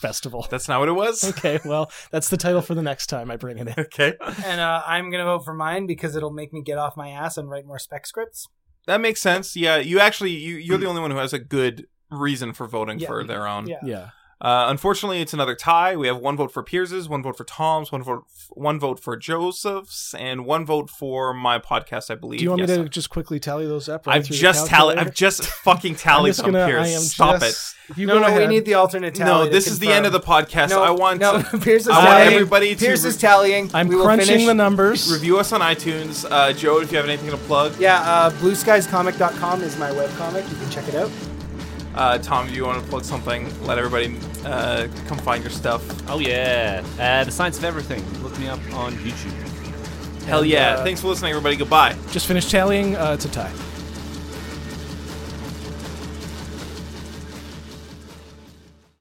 Speaker 2: festival.
Speaker 1: That's not what it was.
Speaker 2: Okay, well, that's the title for the next time I bring it in.
Speaker 1: Okay.
Speaker 3: And uh, I'm gonna vote for mine because it'll make me get off my ass and write more spec scripts.
Speaker 1: That makes sense. Yeah, you actually you you're the only one who has a good reason for voting
Speaker 3: Yeah.
Speaker 1: for their own.
Speaker 3: Yeah.
Speaker 2: Yeah.
Speaker 1: Uh, unfortunately, it's another tie. We have one vote for Pierce's, one vote for Tom's, one vote one vote for Joseph's, and one vote for my podcast. I believe.
Speaker 2: Do you want
Speaker 1: Yes,
Speaker 2: me to just quickly tally those up?
Speaker 1: I've just tallied. I've just fucking tallied them, Pierce. Stop
Speaker 2: it. You
Speaker 3: No,
Speaker 2: go
Speaker 3: no, we
Speaker 2: ahead.
Speaker 3: need the alternate
Speaker 1: it.
Speaker 3: tally.
Speaker 1: No,
Speaker 3: to
Speaker 1: this is the end of the
Speaker 3: confirm.
Speaker 1: podcast.
Speaker 3: No,
Speaker 1: I want
Speaker 3: no.
Speaker 1: to
Speaker 3: Pierce is
Speaker 1: I want
Speaker 3: tallying.
Speaker 1: everybody to
Speaker 3: Pierce
Speaker 1: re-
Speaker 3: is tallying.
Speaker 2: I'm
Speaker 3: We will
Speaker 2: crunching
Speaker 3: finish.
Speaker 2: the numbers.
Speaker 1: review us on iTunes. Uh, Joe, if you have anything to plug,
Speaker 3: Yeah, uh, blueskiescomic.com is my webcomic. You can check it out.
Speaker 1: uh, Tom, if you want to plug something, let everybody uh, come find your stuff.
Speaker 5: Oh yeah, uh, the science of everything. Look me up on YouTube.
Speaker 1: Hell
Speaker 3: And,
Speaker 1: yeah!
Speaker 3: uh,
Speaker 1: Thanks for listening, everybody. Goodbye.
Speaker 2: Just finished tallying. Uh, it's a tie.